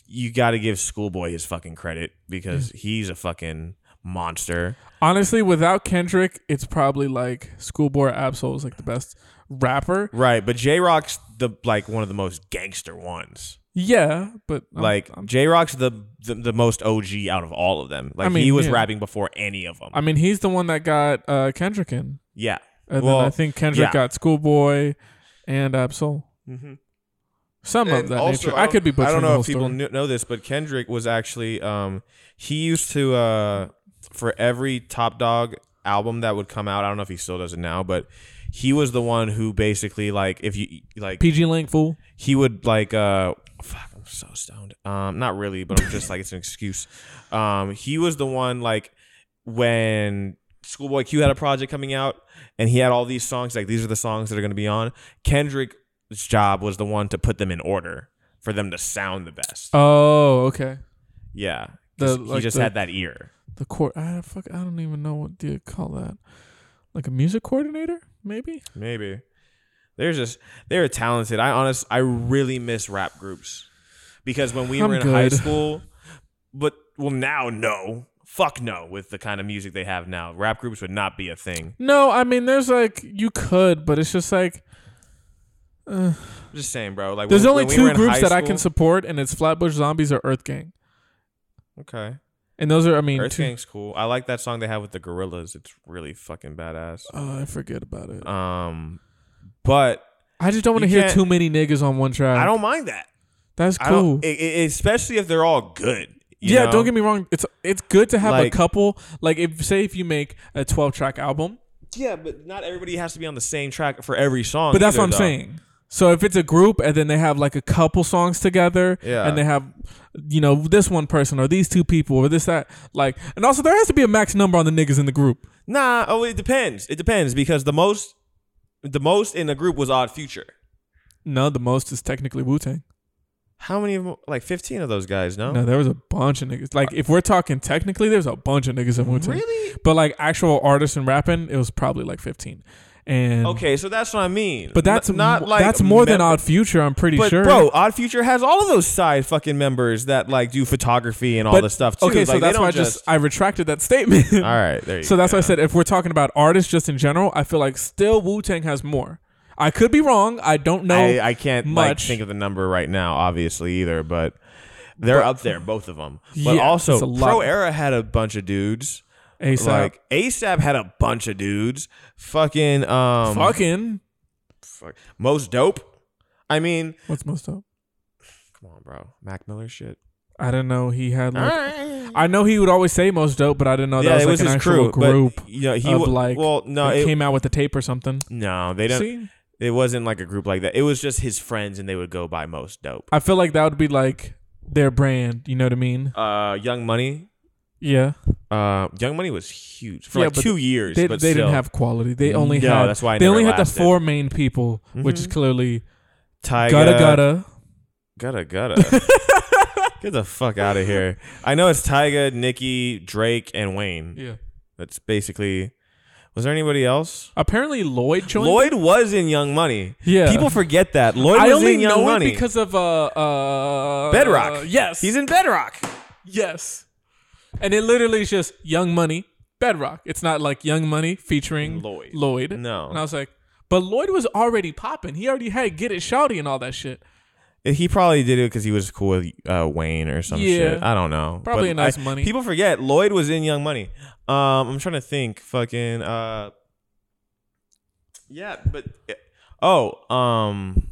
Speaker 2: you got to give Schoolboy his fucking credit because he's a fucking monster.
Speaker 1: Honestly, without Kendrick, it's probably like Schoolboy Absol is like the best rapper.
Speaker 2: Right, but J Rock's the like one of the most gangster ones.
Speaker 1: Yeah, but I'm-
Speaker 2: like
Speaker 1: I'm-
Speaker 2: J Rock's the, the the most OG out of all of them. Like
Speaker 1: I mean,
Speaker 2: he was
Speaker 1: yeah.
Speaker 2: rapping before any of them.
Speaker 1: I mean, he's the one that got uh, Kendrick in,
Speaker 2: yeah.
Speaker 1: and
Speaker 2: Well,
Speaker 1: then I think Kendrick
Speaker 2: yeah.
Speaker 1: got Schoolboy and Absol. Some of that nature. I, could be butchering
Speaker 2: I don't
Speaker 1: the
Speaker 2: know
Speaker 1: whole
Speaker 2: if people
Speaker 1: story.
Speaker 2: kn- know this, but Kendrick was actually um he used to uh for every Top Dog album that would come out. I don't know if he still does it now, but he was the one who basically like if you like
Speaker 1: PG Link fool.
Speaker 2: he would like uh fuck i'm so stoned um not really but i'm just like it's an excuse um he was the one like when schoolboy q had a project coming out and he had all these songs like these are the songs that are going to be on kendrick's job was the one to put them in order for them to sound the best
Speaker 1: Oh, okay.
Speaker 2: yeah
Speaker 1: The-
Speaker 2: 'Cause he
Speaker 1: like
Speaker 2: just
Speaker 1: the-
Speaker 2: had that ear
Speaker 1: the court. I fuck. I don't even know what do you call that. Like a music coordinator, maybe.
Speaker 2: maybe they're just they're talented i honest i really miss rap groups because when we
Speaker 1: I'm
Speaker 2: were in high
Speaker 1: good.
Speaker 2: school but well now no fuck no with the kind of music they have now rap groups would not be a thing
Speaker 1: No, I mean, there's like you could, but it's just like
Speaker 2: i'm just saying bro like
Speaker 1: there's
Speaker 2: when-
Speaker 1: only
Speaker 2: when we
Speaker 1: two
Speaker 2: were in
Speaker 1: groups
Speaker 2: high
Speaker 1: that I can
Speaker 2: school-
Speaker 1: support, and it's Flatbush Zombies or Earth Gang.
Speaker 2: okay
Speaker 1: And those are, I mean,
Speaker 2: earth
Speaker 1: two,
Speaker 2: gang's cool i like that song they have with the gorillas it's really fucking badass
Speaker 1: Oh, I forget about it.
Speaker 2: um but
Speaker 1: I just don't want to
Speaker 2: you
Speaker 1: hear
Speaker 2: can't-
Speaker 1: too many niggas on one track.
Speaker 2: i don't mind that
Speaker 1: That's
Speaker 2: i
Speaker 1: cool.
Speaker 2: don't e- e- especially if they're all good you
Speaker 1: yeah,
Speaker 2: know?
Speaker 1: don't get me wrong. It's it's good to have
Speaker 2: Like-
Speaker 1: a couple. Like if say if you make a 12 track album,
Speaker 2: yeah but not everybody has to be on the same track for every song
Speaker 1: But that's
Speaker 2: either,
Speaker 1: what I'm
Speaker 2: though.
Speaker 1: saying. So if it's a group and then they have like a couple songs together,
Speaker 2: Yeah.
Speaker 1: and they have, you know, this one person or these two people or this that, like, and also there has to be a max number on the niggas in the group.
Speaker 2: Nah, oh, it depends. It depends because the most, the most in the group was Odd Future.
Speaker 1: No, the most is technically Wu Tang.
Speaker 2: How many of them? Like fifteen of those guys? No,
Speaker 1: No, there was a bunch of niggas. Like if we're talking technically, there's a bunch of niggas in Wu Tang.
Speaker 2: really?
Speaker 1: But like actual artists and rapping, it was probably like 15. And
Speaker 2: Okay, so that's what I mean.
Speaker 1: but that's
Speaker 2: N- not like
Speaker 1: that's more than
Speaker 2: mem-
Speaker 1: Odd Future. I'm pretty
Speaker 2: But
Speaker 1: sure,
Speaker 2: bro, Odd Future has all of those side fucking members that like do photography and all
Speaker 1: But-
Speaker 2: this stuff too.
Speaker 1: Okay,
Speaker 2: Like,
Speaker 1: so
Speaker 2: they
Speaker 1: that's
Speaker 2: don't
Speaker 1: why I just I retracted that statement.
Speaker 2: all right, there you
Speaker 1: So that's
Speaker 2: go.
Speaker 1: why I said if we're talking about artists just in general, I feel like still Wu Tang has more. I could be wrong. I don't know.
Speaker 2: I, I can't like
Speaker 1: much.
Speaker 2: think of the number right now, obviously either, but they're up there, both of them. But
Speaker 1: Yeah,
Speaker 2: also,
Speaker 1: it's a lot.
Speaker 2: Pro Era had a bunch of dudes.
Speaker 1: ASAP.
Speaker 2: Like ASAP had a bunch of dudes. Fucking um,
Speaker 1: fucking.
Speaker 2: fuck. most dope. I mean,
Speaker 1: What's most dope?
Speaker 2: come on, bro, Mac Miller shit.
Speaker 1: I didn't know he had like.
Speaker 2: Alright.
Speaker 1: I know he would always say most dope, but I didn't know
Speaker 2: yeah,
Speaker 1: that
Speaker 2: it
Speaker 1: was
Speaker 2: was
Speaker 1: like
Speaker 2: his
Speaker 1: an
Speaker 2: crew.
Speaker 1: actual group.
Speaker 2: But, you know, he
Speaker 1: of,
Speaker 2: wa-
Speaker 1: like,
Speaker 2: well, no,
Speaker 1: that
Speaker 2: it,
Speaker 1: came out with a tape or something.
Speaker 2: no, they don't.
Speaker 1: See,
Speaker 2: It wasn't like a group like that. It was just his friends, and they would go by most dope.
Speaker 1: I feel like that would be like their brand. You know what I mean?
Speaker 2: Uh, Young Money.
Speaker 1: Yeah.
Speaker 2: Uh, Young Money was huge for
Speaker 1: Yeah,
Speaker 2: like
Speaker 1: but
Speaker 2: two years.
Speaker 1: They,
Speaker 2: but
Speaker 1: they
Speaker 2: still.
Speaker 1: didn't have quality. They only
Speaker 2: No,
Speaker 1: had.
Speaker 2: that's why it
Speaker 1: they
Speaker 2: never
Speaker 1: only had the
Speaker 2: lasted.
Speaker 1: four main people, which is
Speaker 2: Mhm.
Speaker 1: clearly
Speaker 2: Tyga,
Speaker 1: Gotta Gotta.
Speaker 2: gotta, gotta. Get the fuck out of here. I know it's Tyga, Nicki, Drake, and Wayne.
Speaker 1: Yeah.
Speaker 2: That's basically. Was there anybody else?
Speaker 1: Apparently Lloyd joined.
Speaker 2: Lloyd was in Young Money.
Speaker 1: Yeah.
Speaker 2: People forget that Lloyd
Speaker 1: I
Speaker 2: was
Speaker 1: only
Speaker 2: in Young
Speaker 1: know
Speaker 2: Money
Speaker 1: it because of uh uh
Speaker 2: Bedrock.
Speaker 1: yes.
Speaker 2: he's in Bedrock.
Speaker 1: yes. And it literally is just Young Money, Bedrock. It's not like Young Money featuring
Speaker 2: Lloyd.
Speaker 1: Lloyd.
Speaker 2: No.
Speaker 1: And I was like, but Lloyd was already popping. He already had Get It Shouty and all that shit.
Speaker 2: He probably did it because he was cool with uh, Wayne or some
Speaker 1: Yeah.
Speaker 2: shit. I don't know.
Speaker 1: Probably
Speaker 2: But
Speaker 1: a nice
Speaker 2: I-
Speaker 1: money.
Speaker 2: People forget Lloyd was in Young Money. Um, I'm trying to think. Fucking. Uh, yeah, but oh, um,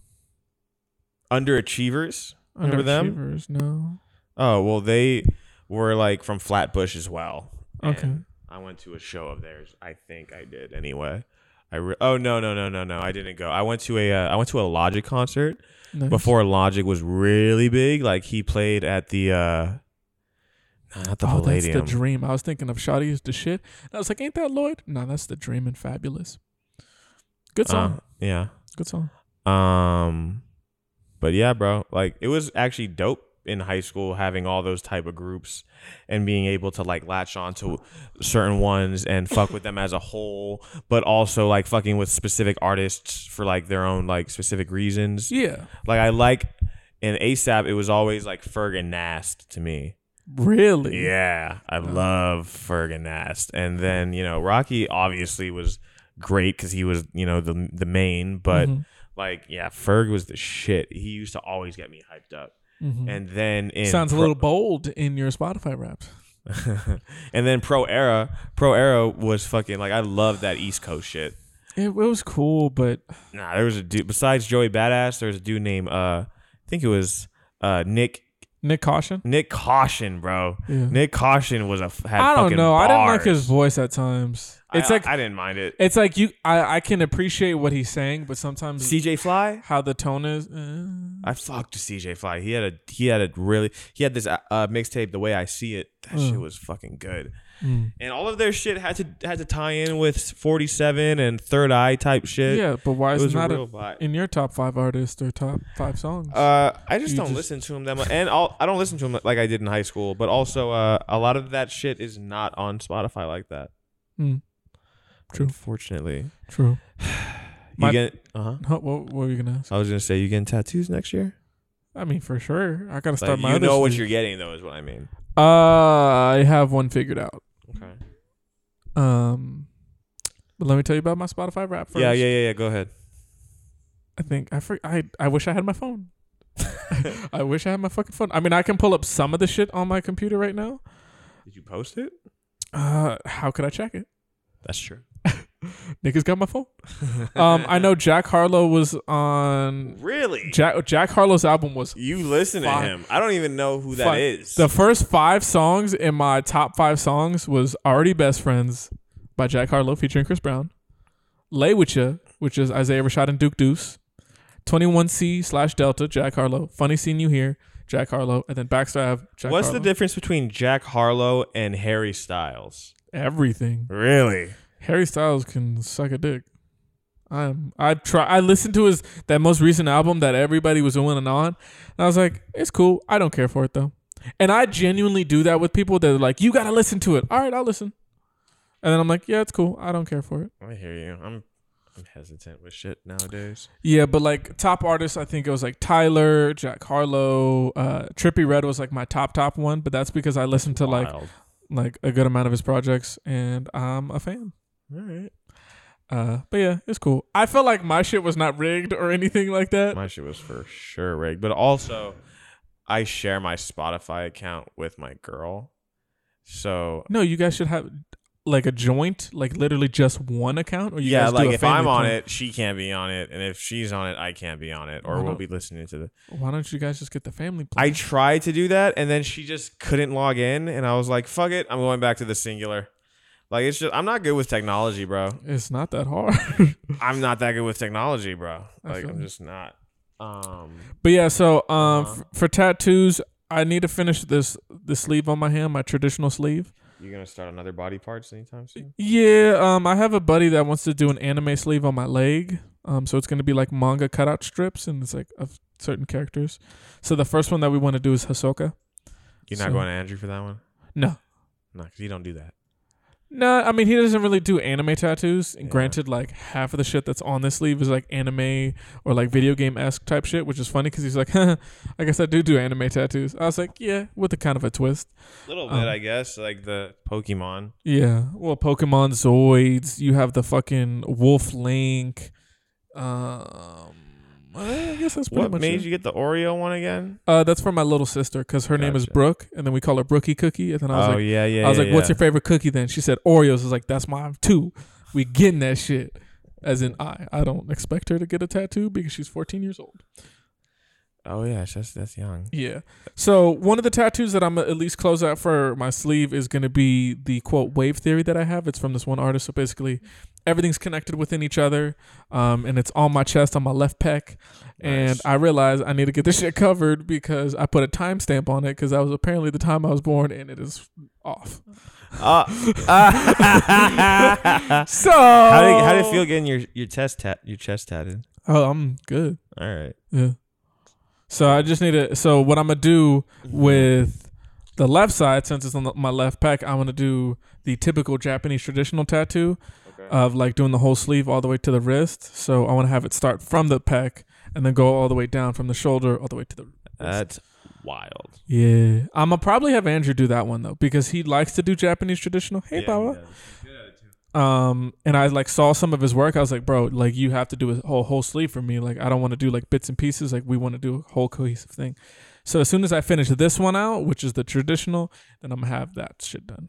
Speaker 2: underachievers. Remember them?
Speaker 1: Underachievers, No.
Speaker 2: Oh well, they were like from Flatbush as well.
Speaker 1: Okay.
Speaker 2: And I went to a show of theirs. I think I did anyway. I re- oh no no no no no I didn't go. I went to a uh, I went to a Logic concert
Speaker 1: Nice.
Speaker 2: before Logic was really big. Like he played at the uh no, not the
Speaker 1: Oh, that's the
Speaker 2: Palladium.
Speaker 1: dream. I was thinking of Shotty is the shit. And I was like, ain't that Lloyd? No, that's the dream and fabulous. Good song.
Speaker 2: Uh, yeah.
Speaker 1: Good song.
Speaker 2: Um but yeah, bro. Like it was actually dope in high school having all those type of groups and being able to like latch on to certain ones and fuck with them as a whole, but also like fucking with specific artists for like their own like specific reasons.
Speaker 1: Yeah.
Speaker 2: Like I like in ASAP it was always like Ferg and Nast to me.
Speaker 1: Really?
Speaker 2: Yeah, I love Ferg Nast. And then, you know, Rocky obviously was great because he was, you know, the the main, but
Speaker 1: Mhm.
Speaker 2: like, yeah, Ferg was the shit. He used to always get me hyped up.
Speaker 1: Mhm.
Speaker 2: And then in
Speaker 1: Sounds a
Speaker 2: Pro-
Speaker 1: little bold in your Spotify raps.
Speaker 2: and then Pro Era, Pro Era was fucking like I love that East Coast shit.
Speaker 1: It, it was cool, but
Speaker 2: Nah, there was a dude besides Joey Badass, there was a dude named uh I think it was uh Nick
Speaker 1: Nick Caution.
Speaker 2: Nick Caution, bro.
Speaker 1: Yeah.
Speaker 2: Nick Caution was a f- had
Speaker 1: I don't
Speaker 2: fucking
Speaker 1: know. I didn't like his
Speaker 2: bars.
Speaker 1: voice at times. It's
Speaker 2: I,
Speaker 1: like
Speaker 2: I didn't mind it.
Speaker 1: it's like you. I I can appreciate what he's saying, but sometimes
Speaker 2: CJ Fly?
Speaker 1: how the tone is. Uh,
Speaker 2: I fucked with CJ Fly. He had a he had a really he had this uh, uh, mixtape The Way I See It. That shit was fucking good.
Speaker 1: Mm.
Speaker 2: And all of their shit had to had to tie in with 47 and Third Eye type shit.
Speaker 1: yeah, but why
Speaker 2: it
Speaker 1: is
Speaker 2: was
Speaker 1: it
Speaker 2: a
Speaker 1: not
Speaker 2: real
Speaker 1: a,
Speaker 2: vibe.
Speaker 1: in your top five artists or top five songs?
Speaker 2: Uh, I just
Speaker 1: You
Speaker 2: don't
Speaker 1: just-
Speaker 2: listen to him that much, and I'll, I don't listen to him like I did in high school. But also, uh, a lot of that shit is not on Spotify like that.
Speaker 1: Mm. True.
Speaker 2: Unfortunately,
Speaker 1: True. My-
Speaker 2: you get. Uh huh.
Speaker 1: Huh, what, what were you gonna ask?
Speaker 2: I was gonna say you getting tattoos next year.
Speaker 1: I mean, for sure, I gotta start
Speaker 2: Like,
Speaker 1: my.
Speaker 2: you
Speaker 1: other
Speaker 2: know what
Speaker 1: sleeve.
Speaker 2: you're getting though, is what I mean.
Speaker 1: Uh, I have one figured out.
Speaker 2: Okay.
Speaker 1: Um, but let me tell you about my Spotify rap first.
Speaker 2: Yeah, yeah, yeah, yeah. Go ahead.
Speaker 1: I think I for, I I wish I had my phone. I wish I had my fucking phone. I mean, I can pull up some of the shit on my computer right now.
Speaker 2: Did you post it?
Speaker 1: Uh, how could I check it?
Speaker 2: That's true.
Speaker 1: Niggas got my phone. Um, I know Jack Harlow was on
Speaker 2: Really?
Speaker 1: Jack Jack Harlow's album was
Speaker 2: You listen
Speaker 1: Fuck.
Speaker 2: to him. I don't even know who
Speaker 1: Fuck.
Speaker 2: that is.
Speaker 1: the first five songs in my top five songs was already best friends by Jack Harlow featuring Chris Brown, Lay with Ya, which is Isaiah Rashad and Duke Deuce, Twenty One C slash Delta Jack Harlow, Funny Seeing You Here Jack Harlow, and then Backstab Jack
Speaker 2: What's
Speaker 1: Harlow.
Speaker 2: the difference between Jack Harlow and Harry Styles?
Speaker 1: Everything.
Speaker 2: Really?
Speaker 1: Harry Styles can suck a dick. I'm I try I listened to his that most recent album that everybody was on and on. And I was like, it's cool. I don't care for it though. And I genuinely do that with people that are like, you gotta listen to it. All right, I'll listen. And then I'm like, yeah, it's cool. I don't care for it.
Speaker 2: I hear you. I'm I'm hesitant with shit nowadays.
Speaker 1: Yeah, but like top artists, I think it was like Tyler, Jack Harlow, uh, Trippy Red was like my top top one, but that's because I listened to like
Speaker 2: Wild.
Speaker 1: like a good amount of his projects and I'm a fan.
Speaker 2: all right.
Speaker 1: Uh, but yeah, it's cool. I felt like my shit was not rigged or anything like that.
Speaker 2: My shit was for sure rigged. But also, I share my Spotify account with my girl. So
Speaker 1: no, you guys should have like a joint, like literally just one account. Or you
Speaker 2: yeah,
Speaker 1: guys do
Speaker 2: like
Speaker 1: a
Speaker 2: if
Speaker 1: family
Speaker 2: I'm on
Speaker 1: plan.
Speaker 2: it, she can't be on it, and if she's on it, I can't be on it,
Speaker 1: Why
Speaker 2: or we'll
Speaker 1: not?
Speaker 2: be listening to the.
Speaker 1: why don't you guys just get the family plan?
Speaker 2: I tried to do that, and then she just couldn't log in, and I was like, "Fuck it, I'm going back to the singular." Like it's just I'm not good with technology, bro.
Speaker 1: it's not that hard.
Speaker 2: I'm not that good with technology, bro.
Speaker 1: I
Speaker 2: Like
Speaker 1: feel
Speaker 2: I'm
Speaker 1: you.
Speaker 2: just not. Um,
Speaker 1: But yeah, so um,
Speaker 2: Uh-huh.
Speaker 1: f- for tattoos, I need to finish this the sleeve on my hand, my traditional sleeve.
Speaker 2: you gonna start another body parts anytime soon?
Speaker 1: Yeah, um, I have a buddy that wants to do an anime sleeve on my leg. Um, so it's gonna be like manga cutout strips, and it's like of certain characters. So the first one that we want to do is Hisoka.
Speaker 2: You're not
Speaker 1: So-
Speaker 2: going to Andrew for that one?
Speaker 1: No.
Speaker 2: No, because you don't do that.
Speaker 1: No, I mean he doesn't really do anime tattoos. And
Speaker 2: Yeah.
Speaker 1: Granted, like half of the shit that's on this sleeve is like anime or like video game esque type shit, which is funny because he's like, I guess I do do anime tattoos. I was like, yeah, with a kind of a twist.
Speaker 2: little
Speaker 1: Um,
Speaker 2: bit, I guess. Like the Pokemon.
Speaker 1: Yeah, well, Pokemon Zoids. You have the fucking Wolf Link. Um, I guess that's pretty
Speaker 2: What
Speaker 1: much
Speaker 2: made
Speaker 1: it.
Speaker 2: you get the Oreo one again?
Speaker 1: uh, that's for my little sister because her name is
Speaker 2: Gotcha.
Speaker 1: Brooke, and then we call her Brookie Cookie. And then I was
Speaker 2: oh
Speaker 1: like,
Speaker 2: yeah, yeah.
Speaker 1: I was
Speaker 2: yeah,
Speaker 1: like, "What's
Speaker 2: yeah.
Speaker 1: your favorite cookie?" Then she said Oreos. I was like, "That's mine too." We getting that shit. As in, I I don't expect her to get a tattoo because she's 14 years old.
Speaker 2: Oh yeah, that's that's young.
Speaker 1: Yeah. So one of the tattoos that I'm gonna at least close out for my sleeve is gonna be the quote wave theory that I have. It's from this one artist. So basically, everything's connected within each other, um, and it's on my chest, on my left pec. And
Speaker 2: Nice.
Speaker 1: I realized I need to get this shit covered because I put a timestamp on it because that was apparently the time I was born, and it is off.
Speaker 2: Uh, how
Speaker 1: So
Speaker 2: did how did it feel getting your your chest tat your chest tatted?
Speaker 1: Oh, I'm good.
Speaker 2: All right.
Speaker 1: Yeah. So I just need to. So what I'm gonna do with the left side, since it's on the, my left pack, I'm gonna do the typical Japanese traditional tattoo
Speaker 2: Okay.
Speaker 1: of like doing the whole sleeve all the way to the wrist. So I want to have it start from the pack and then go all the way down from the shoulder all the way to the.
Speaker 2: That's wild.
Speaker 1: Yeah, I'm gonna probably have Andrew do that one though because he likes to do Japanese traditional. Hey, Baba. um and i like saw some of his work i was like bro like you have to do a whole whole sleeve for me like i don't want to do like bits and pieces like we want to do a whole cohesive thing so as soon as i finish this one out which is the traditional then i'm gonna have that shit done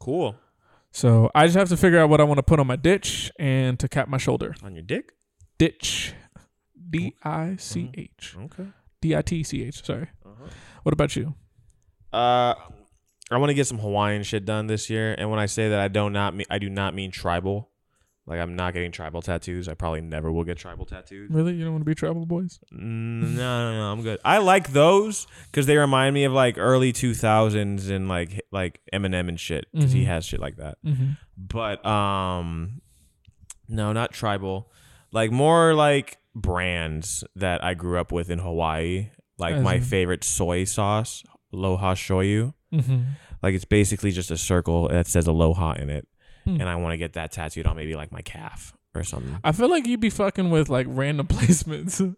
Speaker 2: Cool.
Speaker 1: so i just have to figure out what i want to put on my ditch and to cap my shoulder
Speaker 2: On your dick?
Speaker 1: ditch d-i-c-h
Speaker 2: Okay.
Speaker 1: d-i-t-c-h sorry
Speaker 2: Mm-hmm. Uh-huh.
Speaker 1: what about you
Speaker 2: Uh I want to get some Hawaiian shit done this year, and when I say that, I don't not mean I do not mean tribal. Like I'm not getting tribal tattoos. I probably never will get tribal tattoos.
Speaker 1: really you don't want to be travel boys
Speaker 2: Mm, no, no, no, I'm good. I like those because they remind me of like early 2000s and like h- like Eminem and shit because he
Speaker 1: Mhm.
Speaker 2: has shit like that.
Speaker 1: mm-hmm.
Speaker 2: But um, no, not tribal. Like more like brands that I grew up with in Hawaii. Like
Speaker 1: As
Speaker 2: my
Speaker 1: in-
Speaker 2: favorite soy sauce, Aloha Shoyu.
Speaker 1: Mm-hmm.
Speaker 2: Like it's basically just a circle that says Aloha in it,
Speaker 1: Mm.
Speaker 2: and I want to get that tattooed on maybe like my calf or something.
Speaker 1: i feel like you'd be fucking with like random placements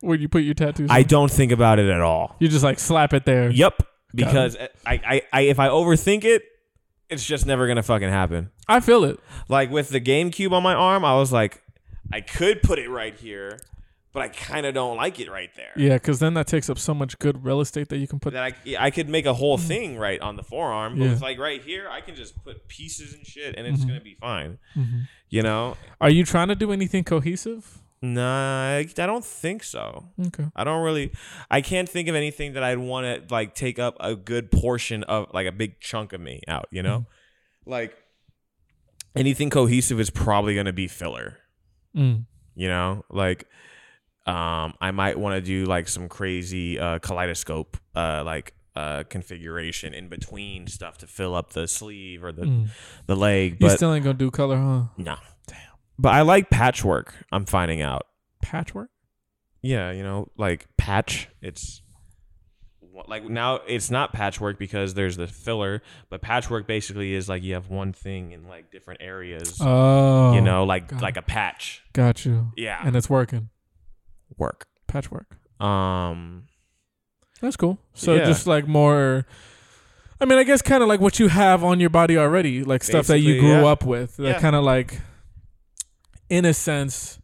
Speaker 1: when you put your tattoos
Speaker 2: I
Speaker 1: on.
Speaker 2: don't think about it at all.
Speaker 1: You just like slap it there. Got
Speaker 2: Yep.
Speaker 1: it.
Speaker 2: Because I, I, I, if I overthink it, it's just never gonna fucking happen.
Speaker 1: I feel it.
Speaker 2: Like with the GameCube on my arm, I was like, I could put it right here, but I kind of don't like it right there.
Speaker 1: Yeah, because then that takes up so much good real estate that you can put.
Speaker 2: That I, yeah, I could make a whole thing right on the forearm, but
Speaker 1: Yeah.
Speaker 2: with like right here, I can just put pieces and shit, and it's
Speaker 1: Mhm.
Speaker 2: gonna be fine.
Speaker 1: Mhm.
Speaker 2: You know?
Speaker 1: Are you trying to do anything cohesive?
Speaker 2: Nah, I, I don't think so.
Speaker 1: Okay.
Speaker 2: I don't really, I can't think of anything that I'd want to like take up a good portion of like a big chunk of me out, you know?
Speaker 1: Mm-hmm.
Speaker 2: Like anything cohesive is probably going to be filler,
Speaker 1: Mm.
Speaker 2: you know? Like, um, I might want to do like some crazy uh, kaleidoscope, uh, like, uh, configuration in between stuff to fill up the sleeve or the,
Speaker 1: Mm.
Speaker 2: the leg,
Speaker 1: You
Speaker 2: but
Speaker 1: still ain't gonna do color, huh?
Speaker 2: no. Damn. But I like patchwork. I'm finding out.
Speaker 1: Patchwork.
Speaker 2: Yeah, you know, like patch. It's like now it's not patchwork because there's the filler, but patchwork basically is like you have one thing in like different areas.
Speaker 1: Oh,
Speaker 2: you know, like
Speaker 1: got
Speaker 2: like a patch.
Speaker 1: got you.
Speaker 2: Yeah,
Speaker 1: And it's working.
Speaker 2: work.
Speaker 1: Patchwork.
Speaker 2: Um,
Speaker 1: That's cool. So
Speaker 2: Yeah.
Speaker 1: just like more. I mean, I guess kind of like what you have on your body already, like stuff that you
Speaker 2: Basically,
Speaker 1: grew
Speaker 2: yeah.
Speaker 1: up with. That
Speaker 2: Yeah.
Speaker 1: kind of like in a sense,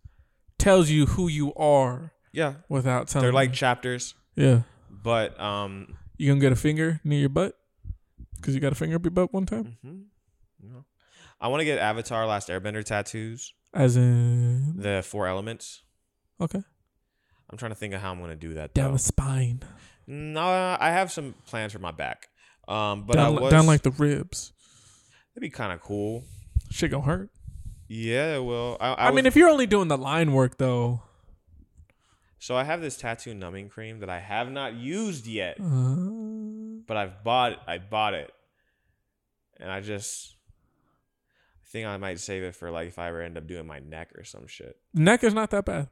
Speaker 1: tells you who you are
Speaker 2: Yeah,
Speaker 1: without telling.
Speaker 2: they're like
Speaker 1: you.
Speaker 2: chapters,
Speaker 1: yeah.
Speaker 2: but um,
Speaker 1: You gonna get a finger near your butt? Cause you got a finger up your butt one time.
Speaker 2: mhm, no. I want to get Avatar: Last Airbender tattoos,
Speaker 1: Mm-hmm. As in,
Speaker 2: the four elements.
Speaker 1: okay,
Speaker 2: I'm trying to think of how I'm gonna do that.
Speaker 1: down
Speaker 2: Though.
Speaker 1: the spine,
Speaker 2: No, I have some plans for my back. Um, but
Speaker 1: down,
Speaker 2: I
Speaker 1: li-
Speaker 2: was
Speaker 1: down like the ribs.
Speaker 2: that'd be kind of cool.
Speaker 1: Shit gonna hurt.
Speaker 2: Yeah, well, I, I,
Speaker 1: I, mean, if you're only doing the line work though,
Speaker 2: so I have this tattoo numbing cream that I have not used yet,
Speaker 1: uh,
Speaker 2: but I've bought I bought it, and I just I think I might save it for like if I ever end up doing my neck or some shit.
Speaker 1: neck is not that bad.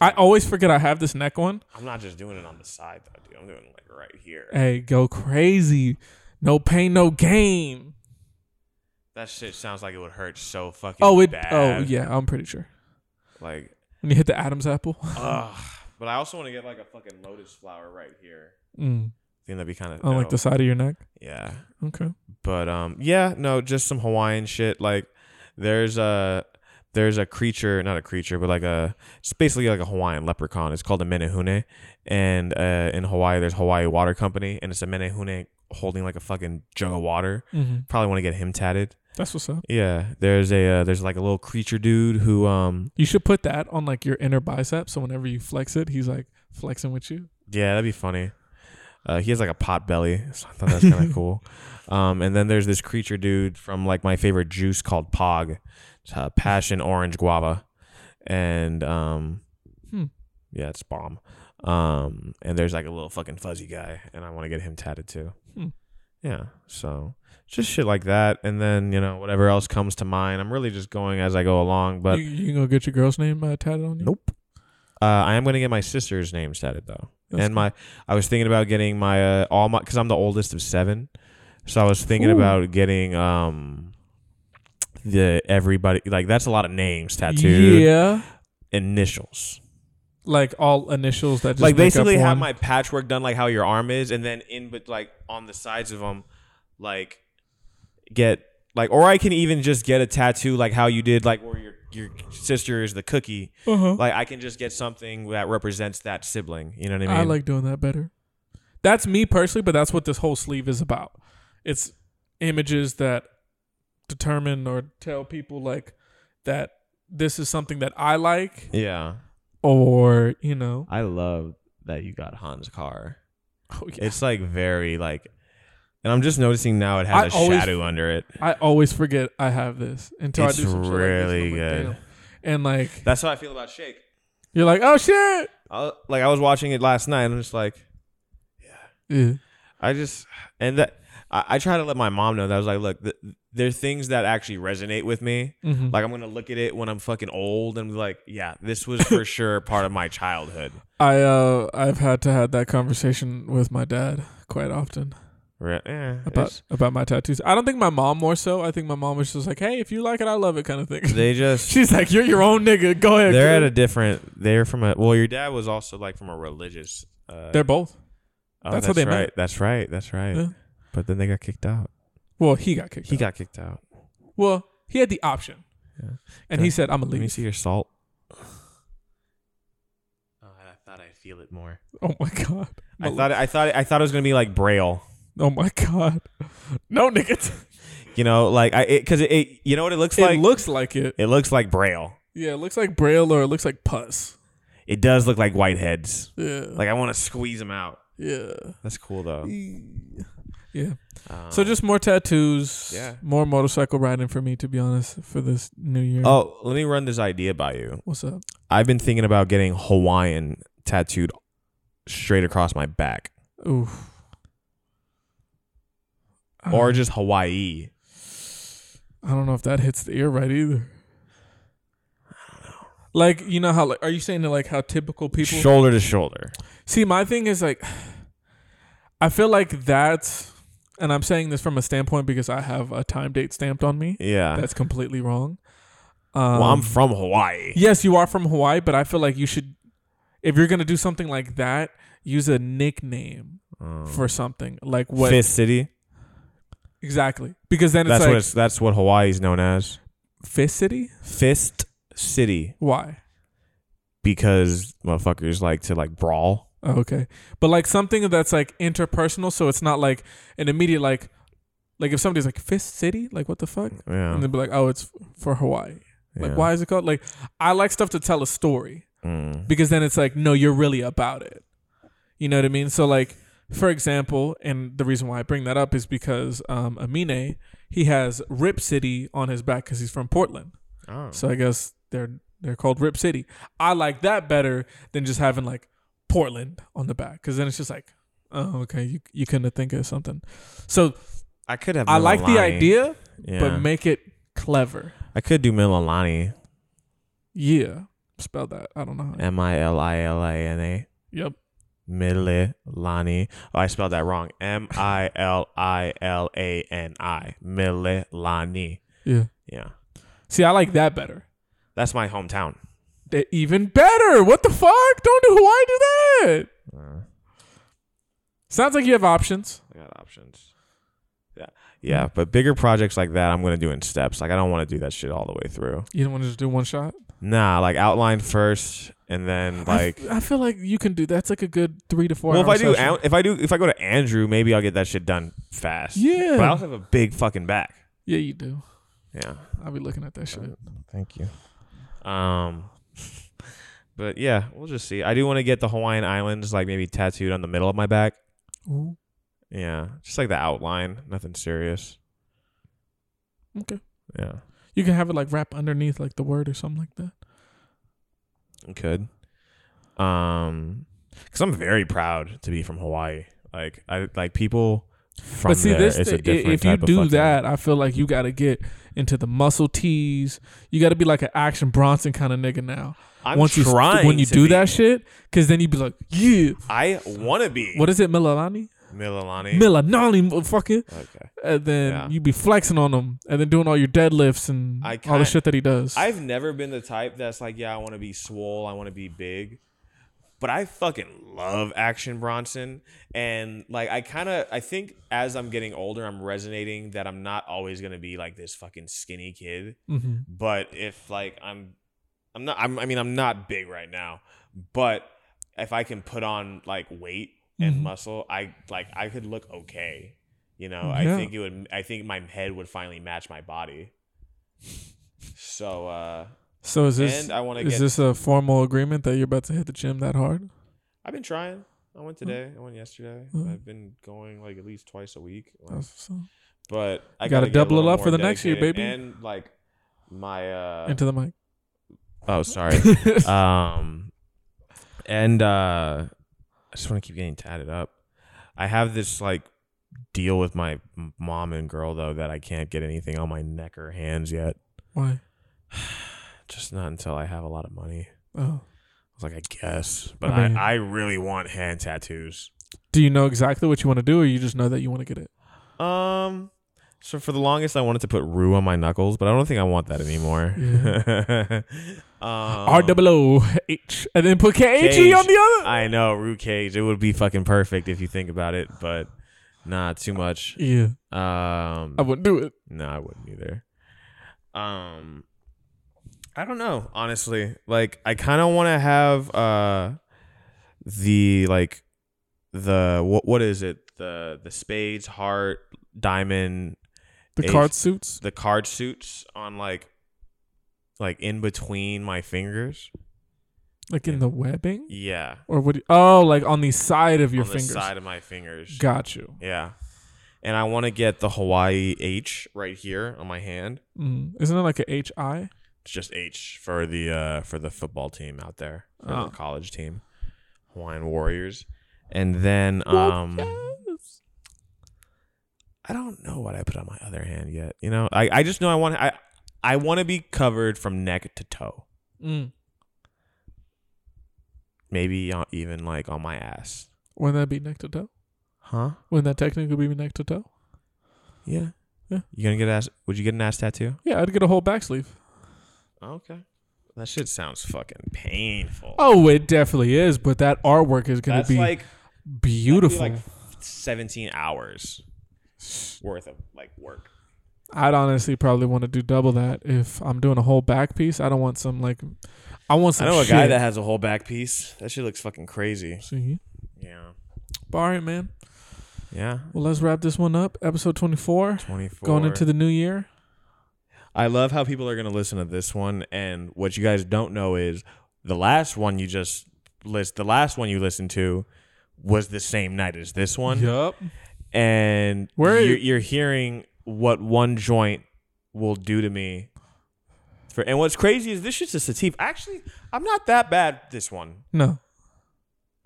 Speaker 1: I always forget I have this neck one.
Speaker 2: I'm not just doing it on the side though, dude. I'm doing it like right here.
Speaker 1: Hey, go crazy. No pain, no gain.
Speaker 2: That shit sounds like it would hurt so fucking.
Speaker 1: Oh, it.
Speaker 2: bad.
Speaker 1: Oh, yeah. I'm pretty sure.
Speaker 2: Like,
Speaker 1: When you hit the Adam's apple.
Speaker 2: ugh. But I also want to get like a fucking lotus flower right here.
Speaker 1: Mm.
Speaker 2: I think that'd be kind of.
Speaker 1: On like the side of your neck.
Speaker 2: Yeah.
Speaker 1: Okay.
Speaker 2: but um yeah no just some hawaiian shit like there's a there's a creature not a creature but like a it's basically like a hawaiian leprechaun it's called a menehune and uh in hawaii there's hawaii water company and it's a menehune holding like a fucking jug of water
Speaker 1: hmm
Speaker 2: probably want to get him tatted
Speaker 1: That's what's up.
Speaker 2: yeah there's a uh, there's like a little creature dude who um
Speaker 1: You should put that on like your inner bicep. So whenever you flex it, he's like flexing with you.
Speaker 2: yeah that'd be funny uh, he has like a pot belly, so I thought that's kind of cool. Um, and then there's this creature dude from like my favorite juice called Pog, it's, uh, passion orange guava, and um,
Speaker 1: Hmm.
Speaker 2: yeah, it's bomb. Um, and there's like a little fucking fuzzy guy, and I want to get him tatted too.
Speaker 1: Hmm.
Speaker 2: Yeah, so just shit like that, and then you know whatever else comes to mind. I'm really just going as I go along, but
Speaker 1: you, you gonna get your girl's name uh, tatted on you?
Speaker 2: Nope. Uh, I am gonna get my sister's name tatted though,
Speaker 1: That's
Speaker 2: and my I was thinking about getting my uh, all my because I'm the oldest of seven, so I was thinking
Speaker 1: Ooh.
Speaker 2: about getting um the everybody like that's a lot of names tattooed
Speaker 1: Yeah.
Speaker 2: initials
Speaker 1: Like all initials that just
Speaker 2: like
Speaker 1: make
Speaker 2: basically
Speaker 1: up
Speaker 2: have
Speaker 1: one.
Speaker 2: my patchwork done like how your arm is and then in but like on the sides of them like get like or I can even just get a tattoo like how you did like where your your sister is the cookie
Speaker 1: Uh-huh.
Speaker 2: like I can just get something that represents that sibling. You know what I mean?
Speaker 1: I like doing that better. That's me personally, but that's what this whole sleeve is about. It's images that determine or tell people like that this is something that I like
Speaker 2: yeah,
Speaker 1: or, you know.
Speaker 2: I love that you got Han's car.
Speaker 1: Oh, yeah.
Speaker 2: It's like very like, and I'm just noticing now it has
Speaker 1: I
Speaker 2: a
Speaker 1: always-
Speaker 2: shadow under it.
Speaker 1: I always forget I have this until
Speaker 2: It's
Speaker 1: I do some shit
Speaker 2: really
Speaker 1: like this, and I'm like,
Speaker 2: good.
Speaker 1: "Damn." And like
Speaker 2: That's how I feel about Shake.
Speaker 1: you're like, "Oh shit."
Speaker 2: I, like I was watching it last night, and I'm just like,
Speaker 1: Yeah.
Speaker 2: I just and that I, I try to let my mom know that I was like, look, th- there're things that actually resonate with me.
Speaker 1: Mhm.
Speaker 2: Like I'm gonna look at it when I'm fucking old and be like, yeah, this was for sure part of my childhood.
Speaker 1: I uh I've had to have that conversation with my dad quite often.
Speaker 2: Re- eh,
Speaker 1: about
Speaker 2: it's-
Speaker 1: about my tattoos. I don't think my mom more so. I think my mom was just like, "Hey, if you like it, I love it," kind of thing.
Speaker 2: they just
Speaker 1: She's like, "You're your own nigga. Go ahead."
Speaker 2: they're
Speaker 1: kid."
Speaker 2: at a different they're from a well your dad was also like from a religious uh
Speaker 1: they're both.
Speaker 2: oh,
Speaker 1: that's how they met.
Speaker 2: right that's right that's right
Speaker 1: Yeah.
Speaker 2: but then they got kicked out
Speaker 1: Well, he got kicked.
Speaker 2: he
Speaker 1: out.
Speaker 2: got kicked out
Speaker 1: well. He had the option,
Speaker 2: Yeah.
Speaker 1: and
Speaker 2: Can I-
Speaker 1: he said, "I'm gonna
Speaker 2: let me
Speaker 1: leave."
Speaker 2: see your salt oh, i thought i'd feel it more
Speaker 1: Oh my god.
Speaker 2: i thought i thought i thought it was gonna be like braille
Speaker 1: Oh my god. No, nigga.
Speaker 2: you know like i it because it, it- you know what it looks
Speaker 1: It
Speaker 2: like
Speaker 1: looks like it.
Speaker 2: it looks like braille
Speaker 1: Yeah, it looks like braille or it looks like pus.
Speaker 2: it does look like whiteheads
Speaker 1: Yeah.
Speaker 2: like i want to squeeze them out
Speaker 1: yeah.
Speaker 2: that's cool though
Speaker 1: Yeah.
Speaker 2: um,
Speaker 1: So just more tattoos.
Speaker 2: Yeah.
Speaker 1: More motorcycle riding for me, to be honest, for this new year.
Speaker 2: oh let me run this idea by you
Speaker 1: What's up?
Speaker 2: I've been thinking about getting Hawaiian tattooed straight across my back
Speaker 1: Ooh. Uh-huh.
Speaker 2: or just Hawaii.
Speaker 1: I don't know if that hits the ear right either. Like you know how like are you saying that like how typical people
Speaker 2: Shoulder to shoulder.
Speaker 1: see my thing is like I feel like that's and I'm saying this from a standpoint because I have a time date stamped on me
Speaker 2: Yeah.
Speaker 1: that's completely wrong.
Speaker 2: well, I'm
Speaker 1: Um,
Speaker 2: from Hawaii.
Speaker 1: yes, you are from Hawaii, but I feel like you should if you're gonna do something like that, use a nickname
Speaker 2: Oh.
Speaker 1: for something like what
Speaker 2: Fifth City.
Speaker 1: exactly because then it's
Speaker 2: That's
Speaker 1: like
Speaker 2: what it's, that's what Hawaii's known as.
Speaker 1: Fist City.
Speaker 2: Fist city
Speaker 1: Why?
Speaker 2: because motherfuckers like to like brawl.
Speaker 1: Oh, okay. But like something that's like interpersonal, so it's not like an immediate like like if somebody's like Fist City, like what the fuck?
Speaker 2: Yeah.
Speaker 1: And they'd be like, Oh, it's for Hawaii. Like
Speaker 2: yeah.
Speaker 1: why is it called? Like I like stuff to tell a story.
Speaker 2: Mm.
Speaker 1: because then it's like no you're really about it you know what i mean so like for example and the reason why i bring that up is because um amine he has rip city on his back because he's from portland
Speaker 2: Oh.
Speaker 1: so i guess they're they're called rip city i like that better than just having like portland on the back because then it's just like oh okay you, you couldn't have think of something so
Speaker 2: I could have.
Speaker 1: i like the
Speaker 2: Mililani.
Speaker 1: idea
Speaker 2: Yeah.
Speaker 1: but make it clever
Speaker 2: I could do Mililani.
Speaker 1: yeah spell that i don't know how.
Speaker 2: M I L I L A N A.
Speaker 1: yep
Speaker 2: Mililani. Oh, I spelled that wrong. M I L I L A N I. Mililani.
Speaker 1: yeah
Speaker 2: Yeah.
Speaker 1: see i like that better
Speaker 2: That's my hometown.
Speaker 1: They're even better. What the fuck? Don't do Hawaii do that. Sounds like you have options.
Speaker 2: Uh, I got options. Yeah. Yeah, but bigger projects like that I'm going to do in steps. Like I don't want to do that shit all the way through.
Speaker 1: You don't want to just do one shot.
Speaker 2: Nah, like outline first and then like
Speaker 1: I, f- I feel like you can do that's like a good three to four.
Speaker 2: Well, if
Speaker 1: hour
Speaker 2: I do
Speaker 1: session.
Speaker 2: An- if I do if I go to Andrew, maybe I'll get that shit done fast.
Speaker 1: Yeah.
Speaker 2: But I also have a big fucking back.
Speaker 1: yeah, you do.
Speaker 2: Yeah.
Speaker 1: I'll be looking at that shit.
Speaker 2: Thank you. Um, but yeah, we'll just see. I do want to get the Hawaiian Islands like maybe tattooed on the middle of my back.
Speaker 1: Ooh,
Speaker 2: Yeah, just like the outline, nothing serious.
Speaker 1: okay,
Speaker 2: Yeah,
Speaker 1: you can have it like wrap underneath like the word or something like that.
Speaker 2: it could. Um, because I'm very proud to be from Hawaii. Like I like people from
Speaker 1: but see,
Speaker 2: there.
Speaker 1: this
Speaker 2: it's a
Speaker 1: thing- i-
Speaker 2: different
Speaker 1: if you
Speaker 2: type of
Speaker 1: do
Speaker 2: fucking-
Speaker 1: that, I feel like you got to get into the muscle tees. You got to be like an action Bronson kind of nigga now.
Speaker 2: I'm
Speaker 1: Once you st-
Speaker 2: trying
Speaker 1: when you
Speaker 2: to
Speaker 1: do
Speaker 2: be.
Speaker 1: that shit, because then you'd be like, yeah.
Speaker 2: I want to be
Speaker 1: What is it, Mililani?
Speaker 2: Mililani.
Speaker 1: Mililani, motherfucker.
Speaker 2: okay.
Speaker 1: and then
Speaker 2: Yeah.
Speaker 1: you be flexing on him and then doing all your deadlifts and
Speaker 2: I
Speaker 1: all the
Speaker 2: kin-
Speaker 1: shit that he does.
Speaker 2: I've never been the type that's like, yeah, I want to be swole, I want to be big. But I fucking love Action Bronson and like I kind of I think as I'm getting older I'm resonating that I'm not always going to be like this fucking skinny kid,
Speaker 1: Mhm.
Speaker 2: but if like I'm I'm not I'm, I mean I'm not big right now, but if I can put on like weight and
Speaker 1: Mhm.
Speaker 2: muscle, I like I could look okay. You know,
Speaker 1: Yeah.
Speaker 2: I think it would I think my head would finally match my body. So uh
Speaker 1: So is this
Speaker 2: and uh, I want to
Speaker 1: is
Speaker 2: get.
Speaker 1: this a formal agreement that you're about to hit the gym that hard?
Speaker 2: I've been trying. I went today. I went yesterday.
Speaker 1: Mm.
Speaker 2: I've been going like at least twice a week. like,
Speaker 1: That's what's up.
Speaker 2: But I
Speaker 1: You gotta
Speaker 2: get a
Speaker 1: double it
Speaker 2: little
Speaker 1: up for
Speaker 2: more
Speaker 1: the next year,
Speaker 2: dedicated.
Speaker 1: baby.
Speaker 2: And like my. uh
Speaker 1: Into the mic.
Speaker 2: Oh, sorry. um, and uh, I just want to keep getting tatted up. I have this like deal with my m- mom and girl though that I can't get anything on my neck or hands yet.
Speaker 1: Why?
Speaker 2: Just not until I have a lot of money.
Speaker 1: Oh.
Speaker 2: I was like, I guess, but
Speaker 1: I
Speaker 2: I,
Speaker 1: mean-
Speaker 2: I really want hand tattoos.
Speaker 1: Do you know exactly what you want to do or you just know that you want to get it?
Speaker 2: Um. So for the longest, I wanted to put rue on my knuckles, but I don't think I want that anymore. um,
Speaker 1: R double O H and then put K H E
Speaker 2: Cage.
Speaker 1: on the other.
Speaker 2: I know rue cage. It would be fucking perfect if you think about it, but nah, too much.
Speaker 1: yeah.
Speaker 2: Um,
Speaker 1: I wouldn't do it.
Speaker 2: no, I wouldn't either. Um, I don't know, honestly. Like, I kind of want to have uh, the like, the what what is it? The the spades, heart, diamond,
Speaker 1: The
Speaker 2: H-
Speaker 1: card suits.
Speaker 2: the card suits on like like in between my fingers.
Speaker 1: Like in
Speaker 2: Yeah.
Speaker 1: the webbing?
Speaker 2: Yeah.
Speaker 1: Or what do you, oh like on the side of your
Speaker 2: on
Speaker 1: fingers.
Speaker 2: the side of my fingers.
Speaker 1: Got you.
Speaker 2: Yeah. And I want to get the Hawaii H right here on my hand.
Speaker 1: Mm. Isn't it like a H I?
Speaker 2: It's just H for the uh for the football team out there, for
Speaker 1: Oh.
Speaker 2: the college team, Hawaiian Warriors. And then um I don't know what I put on my other hand yet. You know, I, I just know I want I I want to be covered from neck to toe.
Speaker 1: Mm.
Speaker 2: Maybe uh, even like on my ass.
Speaker 1: Wouldn't that be neck to toe?
Speaker 2: Huh?
Speaker 1: Wouldn't that technically be neck to toe?
Speaker 2: Yeah.
Speaker 1: Yeah.
Speaker 2: You gonna get an ass? Would you get an ass tattoo?
Speaker 1: Yeah, I'd get a whole back sleeve.
Speaker 2: Okay. That shit sounds fucking painful.
Speaker 1: Oh, it definitely is, but that artwork is gonna
Speaker 2: That's
Speaker 1: be
Speaker 2: like
Speaker 1: beautiful.
Speaker 2: like seventeen hours worth of like work.
Speaker 1: I'd honestly probably want to do double that if I'm doing a whole back piece. I don't want some like, I want
Speaker 2: I
Speaker 1: some.
Speaker 2: know a
Speaker 1: shit.
Speaker 2: guy that has a whole back piece. That shit looks fucking crazy.
Speaker 1: See,
Speaker 2: Yeah.
Speaker 1: But all right, man.
Speaker 2: Yeah.
Speaker 1: Well, let's wrap this one up. Episode 24,
Speaker 2: 24.
Speaker 1: going into the new year.
Speaker 2: I love how people are going to listen to this one. And what you guys don't know is the last one you just list, the last one you listened to was the same night as this one.
Speaker 1: Yup.
Speaker 2: And
Speaker 1: Where-
Speaker 2: you're, you're hearing what one joint will do to me. For, and what's crazy is this shit's a sativa. Actually, I'm not that bad this one.
Speaker 1: No.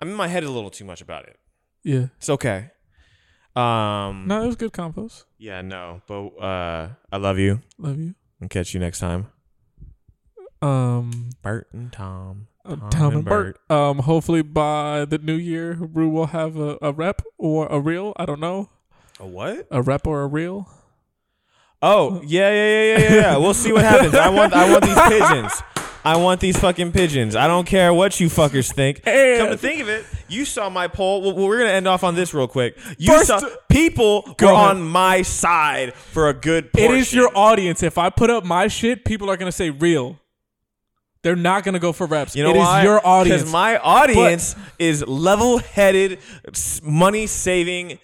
Speaker 2: I'm in my head a little too much about it.
Speaker 1: Yeah.
Speaker 2: It's okay. Um,
Speaker 1: No, it was good compost.
Speaker 2: Yeah, no, but uh, I love you
Speaker 1: Love you.
Speaker 2: and catch you next time.
Speaker 1: Um,
Speaker 2: Bert and Tom.
Speaker 1: uh, Tom and Bert. Um, hopefully by the new year, Rue will have a, a rep or a reel. I don't know.
Speaker 2: A what?
Speaker 1: A rep or a reel.
Speaker 2: Oh, yeah, yeah, yeah, yeah, yeah, yeah. We'll see what happens. I want, I want these pigeons. I want these fucking pigeons. I don't care what you fuckers think.
Speaker 1: And-
Speaker 2: Come to think of it, you saw my poll. Well, we're gonna end off on this real quick. You
Speaker 1: First-
Speaker 2: saw people
Speaker 1: Go
Speaker 2: were
Speaker 1: ahead.
Speaker 2: on my side for a good.
Speaker 1: It
Speaker 2: Portion.
Speaker 1: is your audience. If I put up my shit, people are gonna say real. They're not gonna go for reps.
Speaker 2: You know
Speaker 1: It is
Speaker 2: why?
Speaker 1: your audience.
Speaker 2: my audience is level-headed, s- money-saving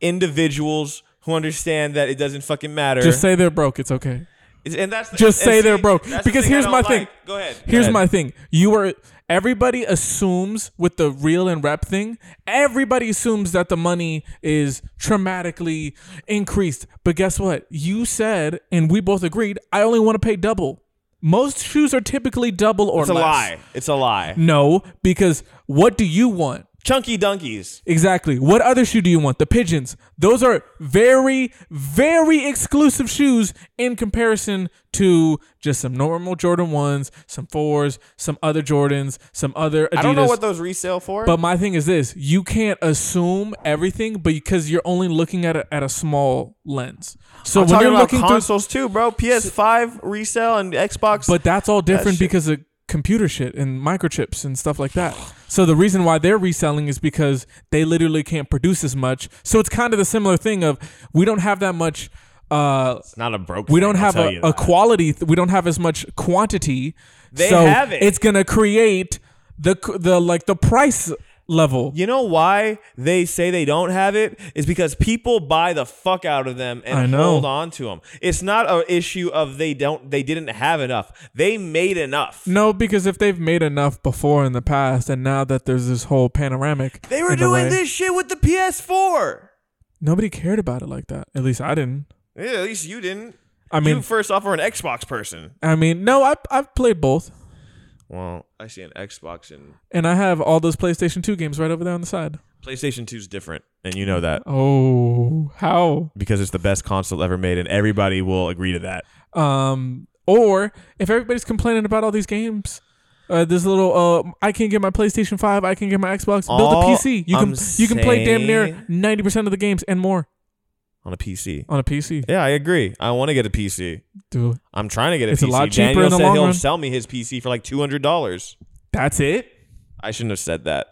Speaker 2: individuals who understand that it doesn't fucking matter.
Speaker 1: just say they're broke. It's okay.
Speaker 2: It's- and that's the-
Speaker 1: Just
Speaker 2: and
Speaker 1: say
Speaker 2: see,
Speaker 1: they're broke.
Speaker 2: that's the
Speaker 1: Because
Speaker 2: thing I
Speaker 1: here's
Speaker 2: don't
Speaker 1: my thing.
Speaker 2: like. Go ahead. Go
Speaker 1: Here's
Speaker 2: ahead.
Speaker 1: my thing. You are everybody assumes with the real and rep thing, everybody assumes that the money is traumatically increased. But guess what? You said and we both agreed, I only want to pay double. Most shoes are typically double or
Speaker 2: It's a
Speaker 1: less.
Speaker 2: lie. It's a lie.
Speaker 1: No, because what do you want?
Speaker 2: Chunky donkeys.
Speaker 1: Exactly. What other shoe do you want? The pigeons. Those are very, very exclusive shoes in comparison to just some normal Jordan ones, some fours, some other Jordans, some other Adidas.
Speaker 2: I don't know what those resale for.
Speaker 1: but my thing is this: you can't assume everything because you're only looking at it at a small lens. So
Speaker 2: I'm
Speaker 1: when
Speaker 2: talking
Speaker 1: you're
Speaker 2: about
Speaker 1: looking through,
Speaker 2: consoles too, bro. PS5 resale and Xbox.
Speaker 1: But that's all different
Speaker 2: shit.
Speaker 1: because of computer shit and microchips and stuff like that. So the reason why they're reselling is because they literally can't produce as much. So it's kind of the similar thing of we don't have that much. Uh,
Speaker 2: it's not a broke.
Speaker 1: we
Speaker 2: thing,
Speaker 1: don't
Speaker 2: I'll
Speaker 1: have
Speaker 2: tell
Speaker 1: a,
Speaker 2: you
Speaker 1: a
Speaker 2: that.
Speaker 1: quality. Th- we don't have as much quantity.
Speaker 2: They
Speaker 1: so
Speaker 2: have it.
Speaker 1: It's gonna create the c- the like the price level.
Speaker 2: You know why they say they don't have it is because people buy the fuck out of them
Speaker 1: I
Speaker 2: and
Speaker 1: know.
Speaker 2: hold on to them. It's not an issue of they don't they didn't have enough. They made enough.
Speaker 1: No, because if they've made enough before in the past, and now that there's this whole panoramic,
Speaker 2: They were
Speaker 1: in a
Speaker 2: doing
Speaker 1: way,
Speaker 2: this shit with the PS4.
Speaker 1: Nobody cared about it like that. At least I didn't.
Speaker 2: Yeah, at least you didn't.
Speaker 1: I mean,
Speaker 2: you first off were an Xbox person.
Speaker 1: I mean, no, I I've played both,
Speaker 2: Well, I see an Xbox and
Speaker 1: and I have all those PlayStation Two games right over there on the side.
Speaker 2: PlayStation 2's different, and you know that
Speaker 1: Oh, how?
Speaker 2: because it's the best console ever made, and everybody will agree to that.
Speaker 1: Um, or if everybody's complaining about all these games, uh, this little uh, I can't get my PlayStation Five, I can't get my Xbox. Build
Speaker 2: All
Speaker 1: a PC. You can
Speaker 2: Oh, I'm
Speaker 1: you can play damn near
Speaker 2: saying-
Speaker 1: ninety percent of the games and more
Speaker 2: On a PC.
Speaker 1: on a PC.
Speaker 2: Yeah, I agree. I want to get a PC.
Speaker 1: Dude,
Speaker 2: I'm trying to get a
Speaker 1: It's a
Speaker 2: PC.
Speaker 1: lot cheaper
Speaker 2: Daniel
Speaker 1: in the
Speaker 2: said
Speaker 1: long
Speaker 2: he'll
Speaker 1: run.
Speaker 2: sell me his PC for like two hundred dollars.
Speaker 1: that's it.
Speaker 2: I shouldn't have said that.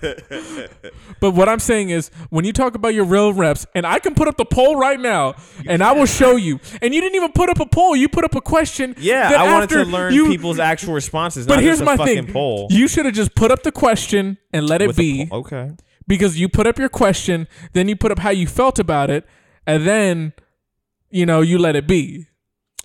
Speaker 1: But what I'm saying is, when you talk about your real reps, and I can put up the poll right now, and I will show you. And you didn't even put up a poll; you put up a question.
Speaker 2: Yeah,
Speaker 1: that
Speaker 2: I wanted
Speaker 1: after
Speaker 2: to learn
Speaker 1: you-
Speaker 2: people's actual responses.
Speaker 1: But
Speaker 2: not
Speaker 1: here's
Speaker 2: just a
Speaker 1: my
Speaker 2: fucking
Speaker 1: thing.
Speaker 2: Poll
Speaker 1: You should have just put up the question and let it
Speaker 2: with a
Speaker 1: be
Speaker 2: poll. okay.
Speaker 1: because you put up your question, then you put up how you felt about it, and then you know, you let it be.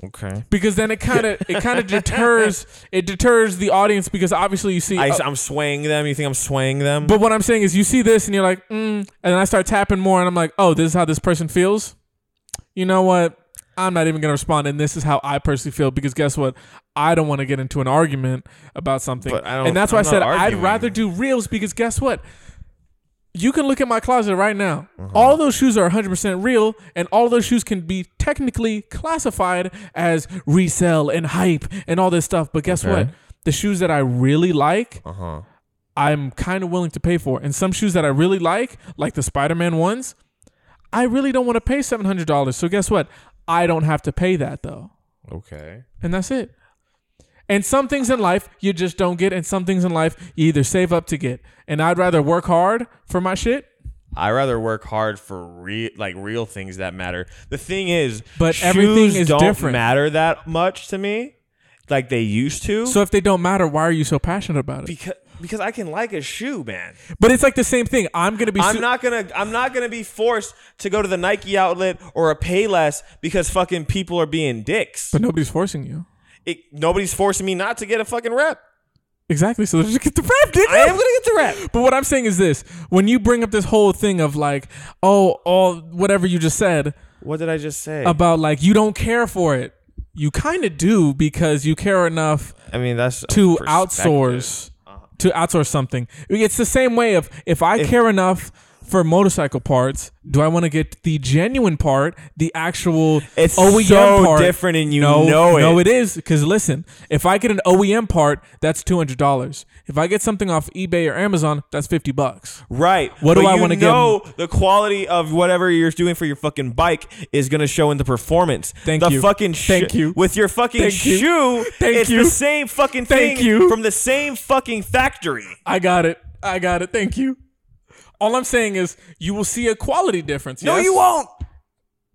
Speaker 2: Okay.
Speaker 1: Because then it kind of it kind of deters it deters the audience because obviously you see
Speaker 2: I,
Speaker 1: uh,
Speaker 2: am swaying them. You think I'm swaying them?
Speaker 1: but what I'm saying is you see this and you're like, mm, and then I start tapping more and I'm like, "Oh, this is how this person feels." You know what? I'm not even going to respond and this is how I personally feel because guess what? I don't want to get into an argument about something.
Speaker 2: But I don't-
Speaker 1: and that's why
Speaker 2: I'm
Speaker 1: I said
Speaker 2: not
Speaker 1: I'd
Speaker 2: arguing.
Speaker 1: rather do reels because guess what? You can look at my closet right now.
Speaker 2: Uh-huh.
Speaker 1: All those shoes are 100% real, and all those shoes can be technically classified as resell and hype and all this stuff. But guess
Speaker 2: Okay.
Speaker 1: what? The shoes that I really like,
Speaker 2: uh huh.
Speaker 1: I'm kind of willing to pay for. And some shoes that I really like, like the Spider Man ones, I really don't want to pay $700. So guess what? I don't have to pay that though.
Speaker 2: Okay.
Speaker 1: And that's it. And some things in life you just don't get, and some things in life you either save up to get. And I'd rather work hard for my shit
Speaker 2: I rather work hard for real, like real things that matter. The thing is,
Speaker 1: But
Speaker 2: shoes
Speaker 1: everything is
Speaker 2: don't
Speaker 1: different.
Speaker 2: matter that much to me, like they used to.
Speaker 1: So if they don't matter, why are you so passionate about it?
Speaker 2: because because I can like a shoe, man.
Speaker 1: But it's like the same thing. I'm gonna be.
Speaker 2: I'm
Speaker 1: su-
Speaker 2: not gonna I'm not gonna be forced to go to the Nike outlet or a Payless because fucking people are being dicks.
Speaker 1: But nobody's forcing you.
Speaker 2: It, nobody's forcing me not to get a fucking rep.
Speaker 1: Exactly. So just get the rap, nigga.
Speaker 2: I am gonna get the rep.
Speaker 1: But what I'm saying is this: when you bring up this whole thing of like, oh, all whatever you just said
Speaker 2: What did I just say?
Speaker 1: about like you don't care for it, you kind of do because you care enough
Speaker 2: I mean that's
Speaker 1: to
Speaker 2: perspective. Uh-huh.
Speaker 1: outsource to outsource something. It's the same way of if I care enough for motorcycle parts, do I want to get the genuine part, the actual
Speaker 2: It's
Speaker 1: OEM
Speaker 2: so
Speaker 1: part?
Speaker 2: different and you
Speaker 1: no,
Speaker 2: know it.
Speaker 1: No, it is because listen, if I get an OEM part, that's two hundred dollars. If I get something off eBay or Amazon, that's fifty bucks.
Speaker 2: Right.
Speaker 1: What do I
Speaker 2: want
Speaker 1: wanna
Speaker 2: to
Speaker 1: give
Speaker 2: know the quality of whatever you're doing for your fucking bike is going to show in the performance.
Speaker 1: Thank
Speaker 2: the
Speaker 1: you.
Speaker 2: fucking sho-
Speaker 1: Thank you.
Speaker 2: With your fucking
Speaker 1: Thank you.
Speaker 2: shoe,
Speaker 1: Thank
Speaker 2: it's
Speaker 1: you.
Speaker 2: the same fucking thing
Speaker 1: Thank you.
Speaker 2: from the same fucking factory.
Speaker 1: I got it. I got it. Thank you. All I'm saying is you will see a quality difference.
Speaker 2: No,
Speaker 1: yes?
Speaker 2: you won't.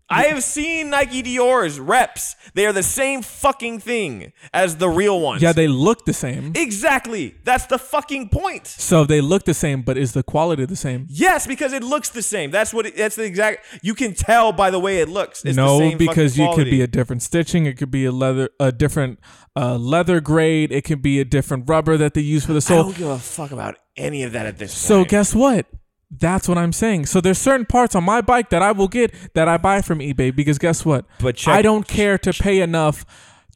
Speaker 2: I have seen Nike Dior's reps. They are the same fucking thing as the real ones.
Speaker 1: Yeah, they look the same.
Speaker 2: exactly. That's the fucking point.
Speaker 1: So they look the same, but is the quality the same?
Speaker 2: Yes, because it looks the same. That's what. It, that's the exact. You can tell by the way it looks. It's the
Speaker 1: no,
Speaker 2: same
Speaker 1: because
Speaker 2: fucking
Speaker 1: you could
Speaker 2: quality.
Speaker 1: be a different stitching. It could be a leather, a different uh, leather grade. It could be a different rubber that they use for the
Speaker 2: I
Speaker 1: sole.
Speaker 2: don't give a fuck about any of that at this
Speaker 1: So
Speaker 2: point.
Speaker 1: guess what? That's what I'm saying. So there's certain parts on my bike that I will get that I buy from eBay because guess what?
Speaker 2: But check-
Speaker 1: I don't care to pay enough.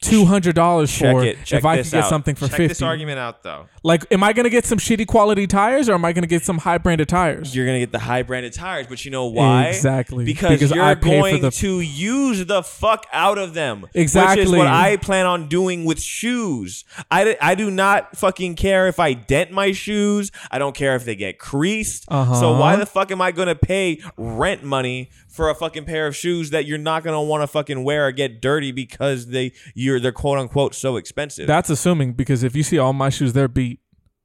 Speaker 1: Two hundred dollars
Speaker 2: check
Speaker 1: for
Speaker 2: it. Check
Speaker 1: if I
Speaker 2: this
Speaker 1: could get
Speaker 2: out.
Speaker 1: something for
Speaker 2: check this
Speaker 1: fifty.
Speaker 2: argument out though.
Speaker 1: Like, am I gonna get some shitty quality tires or am I gonna get some high branded tires?
Speaker 2: You're gonna get the high branded tires, but you know why?
Speaker 1: Exactly.
Speaker 2: Because,
Speaker 1: Because
Speaker 2: you're
Speaker 1: I pay for
Speaker 2: going
Speaker 1: the-
Speaker 2: to use the fuck out of them. Which is
Speaker 1: Exactly.
Speaker 2: what I plan on doing with shoes. I, d- I do not fucking care if I dent my shoes. I don't care if they get creased.
Speaker 1: Uh-huh.
Speaker 2: So why the fuck am I gonna pay rent money for a fucking pair of shoes that you're not gonna want to fucking wear or get dirty because they you're they're quote unquote so expensive.
Speaker 1: That's assuming because if you see all my shoes, they're beat,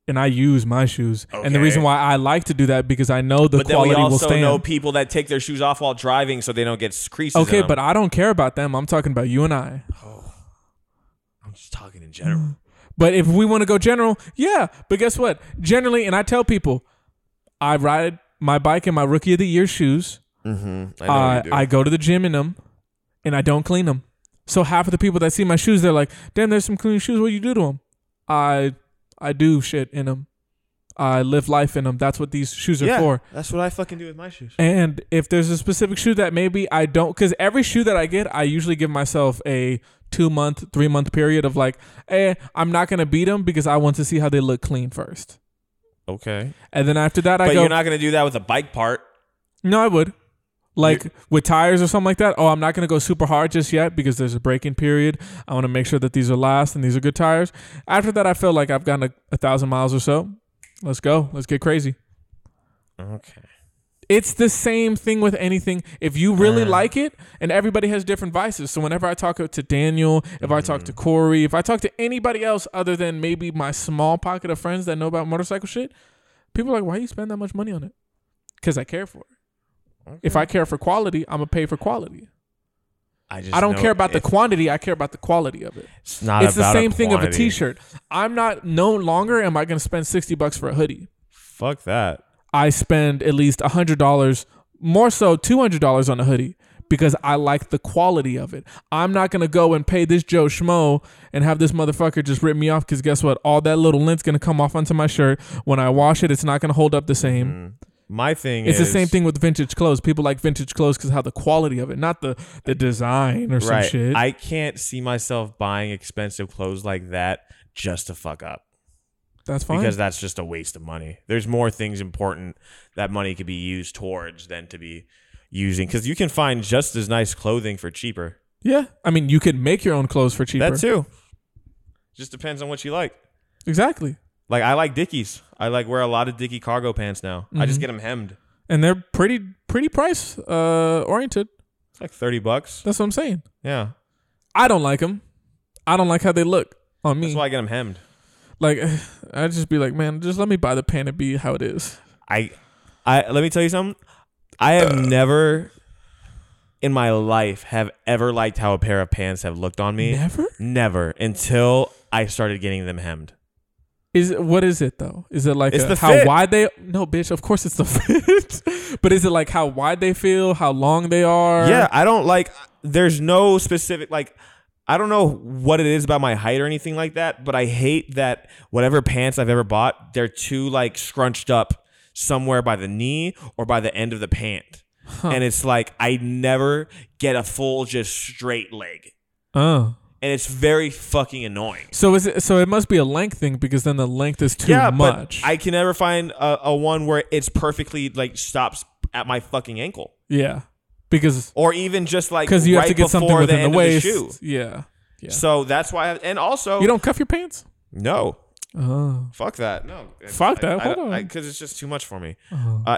Speaker 1: and I use my shoes. And the
Speaker 2: Okay.
Speaker 1: reason why I like to do that because I know the
Speaker 2: But then
Speaker 1: quality
Speaker 2: we
Speaker 1: will
Speaker 2: also
Speaker 1: stand.
Speaker 2: know people that take their shoes off while driving so they don't get creases. in
Speaker 1: okay,
Speaker 2: them.
Speaker 1: but I don't care about them. I'm talking about you and I.
Speaker 2: I'm just talking in general.
Speaker 1: But if we want to go general, yeah. But guess what? Generally, and I tell people, I ride my bike in my rookie of the year shoes.
Speaker 2: Mm-hmm. I know
Speaker 1: I,
Speaker 2: you do.
Speaker 1: Uh, I go to the gym in them, and I don't clean them. So half of the people that see my shoes, they're like, "Damn, there's some clean shoes. What you do to them?" I I do shit in them. I live life in them. That's what these shoes are
Speaker 2: yeah,
Speaker 1: for.
Speaker 2: that's what I fucking do with my shoes.
Speaker 1: And if there's a specific shoe that maybe I don't, because every shoe that I get, I usually give myself a two month, three month period of like, eh, I'm not gonna beat them because I want to see how they look clean first.
Speaker 2: Okay,
Speaker 1: And then after that, I
Speaker 2: but
Speaker 1: go,
Speaker 2: you're not gonna do that with a bike part.
Speaker 1: no, I would. Like with tires or something like that. Oh, I'm not gonna go super hard just yet because there's a break-in period. I want to make sure that these are last and these are good tires. After that, I feel like I've gotten a, a thousand miles or so. Let's go. Let's get crazy.
Speaker 2: Okay,
Speaker 1: It's the same thing with anything. If you really like it, and everybody has different vices. So whenever I talk to Daniel, if I talk to Corey, if I talk to anybody else other than maybe my small pocket of friends that know about motorcycle shit, people are like, "Why you spend that much money on it?" Because I care for it. If I care for quality, I'm gonna pay for quality.
Speaker 2: I just
Speaker 1: I don't
Speaker 2: know
Speaker 1: care about the
Speaker 2: if
Speaker 1: quantity. I care about the quality of it.
Speaker 2: It's not.
Speaker 1: it's the
Speaker 2: about
Speaker 1: same thing of a
Speaker 2: quantity.
Speaker 1: T-shirt. I'm not no longer am I gonna spend sixty bucks for a hoodie.
Speaker 2: Fuck that.
Speaker 1: I spend at least $100, more so $200 on a hoodie because I like the quality of it. I'm not going to go and pay this Joe Schmo and have this motherfucker just rip me off because guess what? All that little lint's going to come off onto my shirt. When I wash it, it's not going to hold up the same.
Speaker 2: My thing
Speaker 1: It's
Speaker 2: is
Speaker 1: the same thing with vintage clothes. People like vintage clothes because how the quality of it, not the, the design or some
Speaker 2: Right.
Speaker 1: shit.
Speaker 2: I can't see myself buying expensive clothes like that just to fuck up.
Speaker 1: That's fine.
Speaker 2: because that's just a waste of money. There's more things important that money could be used towards than to be using because you can find just as nice clothing for cheaper.
Speaker 1: yeah. I mean, you could make your own clothes for cheaper.
Speaker 2: That too. Just depends on what you like.
Speaker 1: Exactly.
Speaker 2: Like I like Dickies. I like wear a lot of Dickie cargo pants now. I just get them hemmed.
Speaker 1: And they're pretty, pretty price uh, oriented.
Speaker 2: It's like thirty bucks.
Speaker 1: That's what I'm saying.
Speaker 2: Yeah,
Speaker 1: I don't like them. I don't like how they look on me.
Speaker 2: that's why I get them hemmed.
Speaker 1: like I'd just be like, man, just let me buy the pan and be how it is.
Speaker 2: I I let me tell you something. I have never in my life have ever liked how a pair of pants have looked on me.
Speaker 1: Never.
Speaker 2: Never until I started getting them hemmed.
Speaker 1: Is it, what is it though? Is it like
Speaker 2: It's
Speaker 1: a-
Speaker 2: the
Speaker 1: how
Speaker 2: fit.
Speaker 1: wide they? No, bitch. Of course it's the fit. but is it like how wide they feel? How long they are?
Speaker 2: Yeah, I don't like. There's no specific like. I don't know what it is about my height or anything like that, but I hate that whatever pants I've ever bought, they're too like scrunched up somewhere by the knee or by the end of the pant. And it's like I never get a full just straight leg.
Speaker 1: Oh.
Speaker 2: And it's very fucking annoying.
Speaker 1: So is it? So it must be a length thing because then the length is too
Speaker 2: yeah,
Speaker 1: much.
Speaker 2: but I can never find a, a one where it's perfectly like stops at my fucking ankle.
Speaker 1: yeah. Because
Speaker 2: Or even just like
Speaker 1: because you
Speaker 2: right
Speaker 1: have to get
Speaker 2: before
Speaker 1: something
Speaker 2: the
Speaker 1: within the,
Speaker 2: end
Speaker 1: waist.
Speaker 2: of the shoe.
Speaker 1: Yeah. Yeah.
Speaker 2: So that's why, I, and also
Speaker 1: you don't cuff your pants.
Speaker 2: No,
Speaker 1: Oh.
Speaker 2: fuck that. No,
Speaker 1: Fuck that, hold on.
Speaker 2: because it's just too much for me.
Speaker 1: Oh.
Speaker 2: I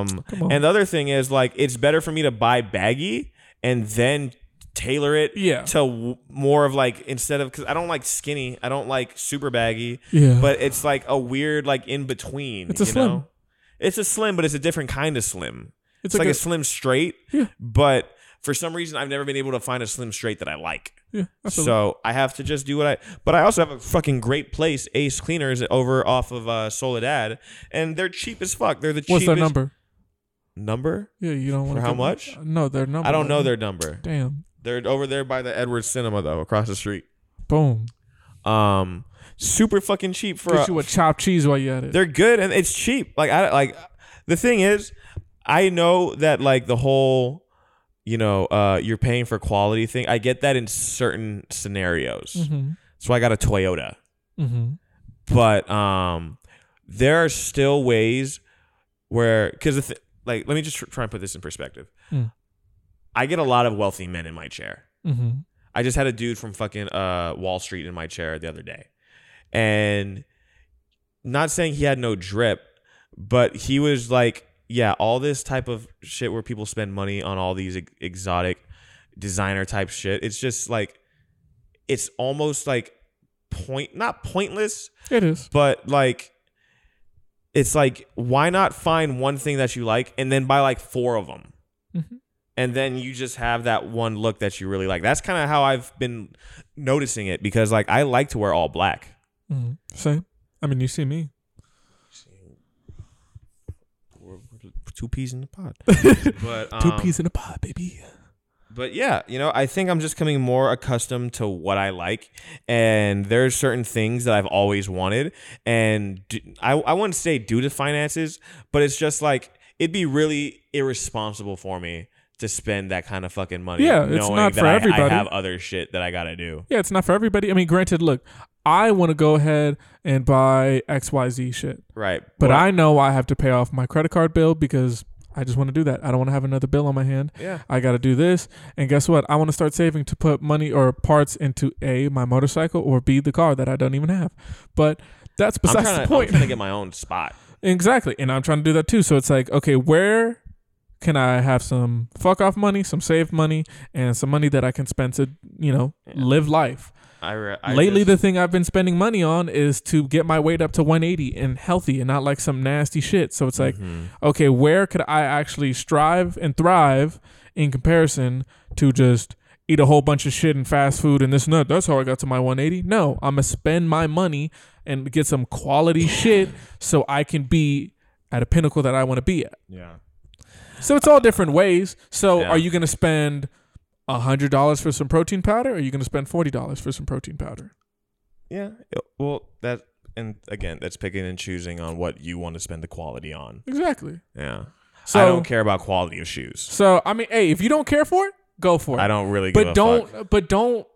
Speaker 2: um,
Speaker 1: Come on.
Speaker 2: and the other thing is like it's better for me to buy baggy and then tailor it
Speaker 1: Yeah.
Speaker 2: to w- more of like instead of because I don't like skinny, I don't like super baggy,
Speaker 1: Yeah.
Speaker 2: but it's like a weird like in between.
Speaker 1: It's a
Speaker 2: you
Speaker 1: slim.
Speaker 2: Know? It's a slim, but it's a different kind of slim. It's,
Speaker 1: a
Speaker 2: like
Speaker 1: good-
Speaker 2: a slim straight,
Speaker 1: Yeah.
Speaker 2: but for some reason I've never been able to find a slim straight that I like.
Speaker 1: Yeah, absolutely.
Speaker 2: So I have to just do what I. But I also have a fucking great place, Ace Cleaners, over off of uh, Soledad, and they're cheap as fuck. They're the
Speaker 1: What's
Speaker 2: cheapest
Speaker 1: their number?
Speaker 2: Number?
Speaker 1: Yeah, you don't want
Speaker 2: how much?
Speaker 1: No, their number.
Speaker 2: I don't know their number.
Speaker 1: Damn.
Speaker 2: They're over there by the Edwards Cinema though, across the street.
Speaker 1: Boom.
Speaker 2: Um, super fucking cheap for
Speaker 1: Get
Speaker 2: a-
Speaker 1: you a chopped cheese while you're at it.
Speaker 2: they're good and it's cheap. Like I like the thing is, I know that like the whole, you know, uh, you're paying for quality thing. I get that in certain scenarios.
Speaker 1: Mm-hmm.
Speaker 2: So I got a Toyota.
Speaker 1: Mm-hmm.
Speaker 2: but um there are still ways where because th- like let me just tr- try and put this in perspective
Speaker 1: Mm.
Speaker 2: i get a lot of wealthy men in my chair
Speaker 1: Mm-hmm.
Speaker 2: i just had a dude from fucking uh wall street in my chair the other day and not saying he had no drip but he was like yeah all this type of shit where people spend money on all these ex- exotic designer type shit it's just like it's almost like point not pointless
Speaker 1: It is.
Speaker 2: but like it's like why not find one thing that you like and then buy like four of them
Speaker 1: Mhm.
Speaker 2: and then you just have that one look that you really like that's kind of how i've been noticing it because like i like to wear all black
Speaker 1: Mm-hmm. Same. I mean, you see me.
Speaker 2: We're- we're two peas in the pod but um,
Speaker 1: Two peas in a pod, baby.
Speaker 2: but yeah you know i think i'm just coming more accustomed to what i like and there's certain things that i've always wanted and d- I, I wouldn't say due to finances but it's just like it'd be really irresponsible for me to spend that kind of fucking money
Speaker 1: Yeah, it's
Speaker 2: knowing
Speaker 1: not
Speaker 2: that
Speaker 1: for
Speaker 2: I, I
Speaker 1: everybody.
Speaker 2: have other shit that i gotta do
Speaker 1: Yeah, it's not for everybody. I mean, granted, look, I want to go ahead and buy XYZ shit,
Speaker 2: right
Speaker 1: but
Speaker 2: Well,
Speaker 1: I know I have to pay off my credit card bill because I just want to do that. I don't want to have another bill on my hand.
Speaker 2: yeah
Speaker 1: I got to do this. And guess what? I want to start saving to put money or parts into A, my motorcycle, or B, the car that I don't even have. But that's
Speaker 2: I'm
Speaker 1: besides
Speaker 2: trying,
Speaker 1: the
Speaker 2: to, I'm
Speaker 1: point.
Speaker 2: trying to get my own spot
Speaker 1: Exactly. And I'm trying to do that too. So it's like, okay, where can I have some fuck off money, some saved money, and some money that I can spend to, you know, live life?
Speaker 2: I, re- I
Speaker 1: Lately,
Speaker 2: just-
Speaker 1: the thing I've been spending money on is to get my weight up to 180 and healthy and not like some nasty shit. So it's like,
Speaker 2: Mm-hmm.
Speaker 1: okay, where could I actually strive and thrive in comparison to just eat a whole bunch of shit and fast food and this and that? That's how I got to my 180. No, I'm going to spend my money and get some quality shit so I can be at a pinnacle that I want to be at.
Speaker 2: yeah
Speaker 1: So it's all different ways. So
Speaker 2: Yeah.
Speaker 1: are you going to spend $100 for some protein powder or are you going to spend $40 for some protein powder?
Speaker 2: yeah it- well that and again that's picking and choosing on what you want to spend the quality on
Speaker 1: Exactly.
Speaker 2: yeah
Speaker 1: So
Speaker 2: I don't care about quality of shoes.
Speaker 1: So I mean, hey, if you don't care for it, go for it.
Speaker 2: I don't really. Give
Speaker 1: But
Speaker 2: a
Speaker 1: don't
Speaker 2: fuck.
Speaker 1: but don't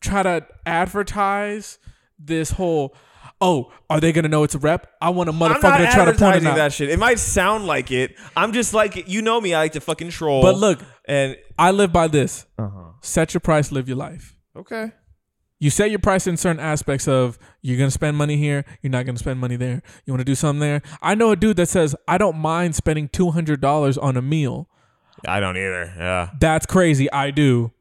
Speaker 1: try to advertise this whole oh, are they gonna know it's a rep? I want a
Speaker 2: I'm
Speaker 1: motherfucker
Speaker 2: not
Speaker 1: to try to point it
Speaker 2: advertising
Speaker 1: out.
Speaker 2: that shit. It might sound like it. I'm just like you know me. I like to fucking troll.
Speaker 1: But look,
Speaker 2: and
Speaker 1: I live by this.
Speaker 2: Uh-huh.
Speaker 1: Set your price, live your life.
Speaker 2: okay,
Speaker 1: You set your price in certain aspects of you're gonna spend money here, you're not gonna spend money there. You wanna do something there. I know a dude that says, I don't mind spending two hundred dollars on a meal.
Speaker 2: I don't either. Yeah,
Speaker 1: That's crazy. I do.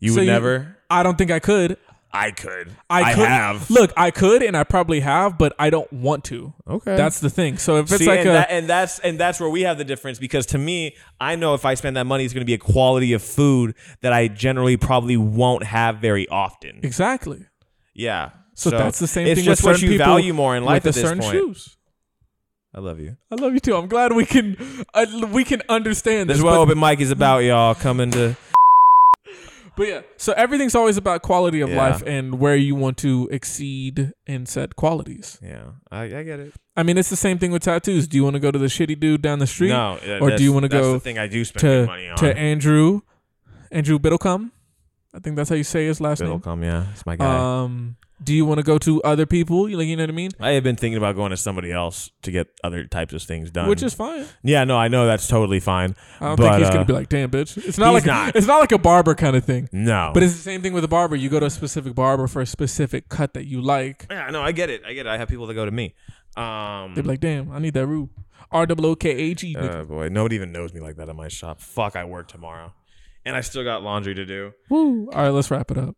Speaker 2: you
Speaker 1: So
Speaker 2: would
Speaker 1: you-
Speaker 2: never.
Speaker 1: I don't think I could.
Speaker 2: I could.
Speaker 1: I could-
Speaker 2: have.
Speaker 1: Look, I could and I probably have, but I don't want to.
Speaker 2: Okay.
Speaker 1: That's the thing. So if it's
Speaker 2: See,
Speaker 1: like
Speaker 2: and,
Speaker 1: a
Speaker 2: that, and that's and that's where we have the difference because to me, I know if I spend that money, it's going to be a quality of food that I generally probably won't have very often.
Speaker 1: exactly.
Speaker 2: Yeah.
Speaker 1: So, that's the same
Speaker 2: it's
Speaker 1: thing.
Speaker 2: just
Speaker 1: with
Speaker 2: what
Speaker 1: certain
Speaker 2: you
Speaker 1: people
Speaker 2: value more in life
Speaker 1: with
Speaker 2: at
Speaker 1: the
Speaker 2: this
Speaker 1: certain
Speaker 2: point.
Speaker 1: shoes.
Speaker 2: I love you.
Speaker 1: I love you too. I'm glad we can uh, we can understand
Speaker 2: This
Speaker 1: this.
Speaker 2: is what
Speaker 1: but,
Speaker 2: open mic is about, y'all. Coming to
Speaker 1: but yeah, so everything's always about quality of
Speaker 2: Yeah.
Speaker 1: life and where you want to exceed in said qualities.
Speaker 2: yeah, I, I get it.
Speaker 1: I mean, it's the same thing with tattoos. Do you want to go to the shitty dude down the street
Speaker 2: No,
Speaker 1: or do you wanna go
Speaker 2: the thing I do spend
Speaker 1: to
Speaker 2: good money on.
Speaker 1: to Andrew Andrew Biddlecom? I think that's how you say his last
Speaker 2: It'll
Speaker 1: name.
Speaker 2: come, yeah, it's my guy.
Speaker 1: Um, do you want to go to other people? You like you know what I mean?
Speaker 2: I have been thinking about going to somebody else to get other types of things done.
Speaker 1: Which is fine.
Speaker 2: yeah, no, I know that's totally fine.
Speaker 1: I don't
Speaker 2: But,
Speaker 1: think he's
Speaker 2: uh,
Speaker 1: gonna be like, damn bitch. It's not like
Speaker 2: he's not.
Speaker 1: it's not like a barber kind of thing.
Speaker 2: No,
Speaker 1: But it's the same thing with a barber. You go to a specific barber for a specific cut that you like.
Speaker 2: yeah, no, I get it. I get it. I have people that go to me. Um,
Speaker 1: They'd be like, damn, I need that roux. R double O K A G. nigga.
Speaker 2: uh, boy, nobody even knows me like that in my shop. Fuck, I work tomorrow, and I still got laundry to do.
Speaker 1: Woo. All right, let's wrap it up.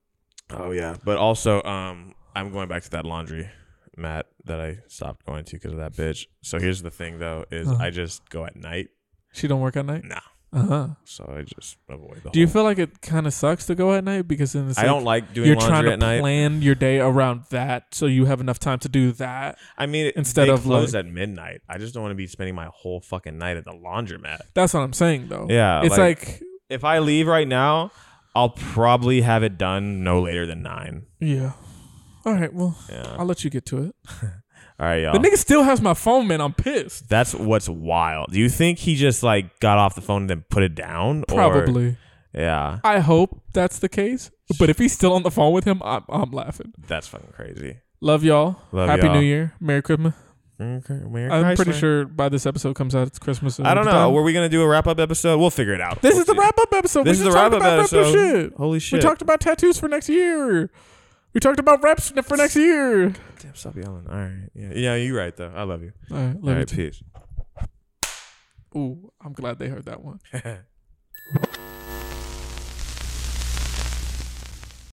Speaker 2: Oh yeah, but also, um, I'm going back to that laundry mat that I stopped going to because of that bitch. So here's the thing though: is
Speaker 1: Uh-huh.
Speaker 2: I just go at night.
Speaker 1: She don't work at night.
Speaker 2: No,
Speaker 1: Uh huh.
Speaker 2: so I just avoid the.
Speaker 1: Do you
Speaker 2: whole-
Speaker 1: feel like it kind of sucks to go at night because then it's
Speaker 2: I
Speaker 1: like
Speaker 2: don't like doing
Speaker 1: you're trying
Speaker 2: laundry
Speaker 1: to
Speaker 2: at night.
Speaker 1: plan your day around that so you have enough time to do that.
Speaker 2: I mean,
Speaker 1: instead
Speaker 2: instead they
Speaker 1: of,
Speaker 2: of close at midnight, I just don't want to be spending my whole fucking night at the laundromat.
Speaker 1: That's what I'm saying though.
Speaker 2: Yeah,
Speaker 1: It's
Speaker 2: like-
Speaker 1: like,
Speaker 2: If I leave right now, I'll probably have it done no later than nine.
Speaker 1: yeah. All right, well,
Speaker 2: Yeah.
Speaker 1: I'll let you get to it.
Speaker 2: All right, y'all.
Speaker 1: The nigga still has my phone, man. I'm pissed.
Speaker 2: That's what's wild. Do you think he just like got off the phone and then put it down? Or-
Speaker 1: Probably.
Speaker 2: yeah,
Speaker 1: I hope that's the case. But if he's still on the phone with him, I'm, I'm laughing.
Speaker 2: that's fucking crazy.
Speaker 1: Love y'all.
Speaker 2: Love
Speaker 1: Happy
Speaker 2: y'all.
Speaker 1: New Year. Merry Christmas.
Speaker 2: Okay, Merry
Speaker 1: I'm
Speaker 2: Christmas.
Speaker 1: pretty sure by this episode comes out, it's Christmas.
Speaker 2: I don't know.
Speaker 1: time.
Speaker 2: Were we gonna do a wrap up episode? We'll figure it out.
Speaker 1: this
Speaker 2: We'll
Speaker 1: is the
Speaker 2: see.
Speaker 1: wrap up episode. we
Speaker 2: This is the
Speaker 1: just
Speaker 2: wrap
Speaker 1: talked
Speaker 2: up
Speaker 1: about
Speaker 2: episode.
Speaker 1: Shit.
Speaker 2: Holy
Speaker 1: We
Speaker 2: shit!
Speaker 1: talked about tattoos for next year. We talked about reps for next year. All
Speaker 2: Damn, stop yelling. All right. Yeah, yeah, you're right though. I love you.
Speaker 1: right, love
Speaker 2: All
Speaker 1: you
Speaker 2: right,
Speaker 1: too.
Speaker 2: peace.
Speaker 1: Ooh, I'm glad they heard that one.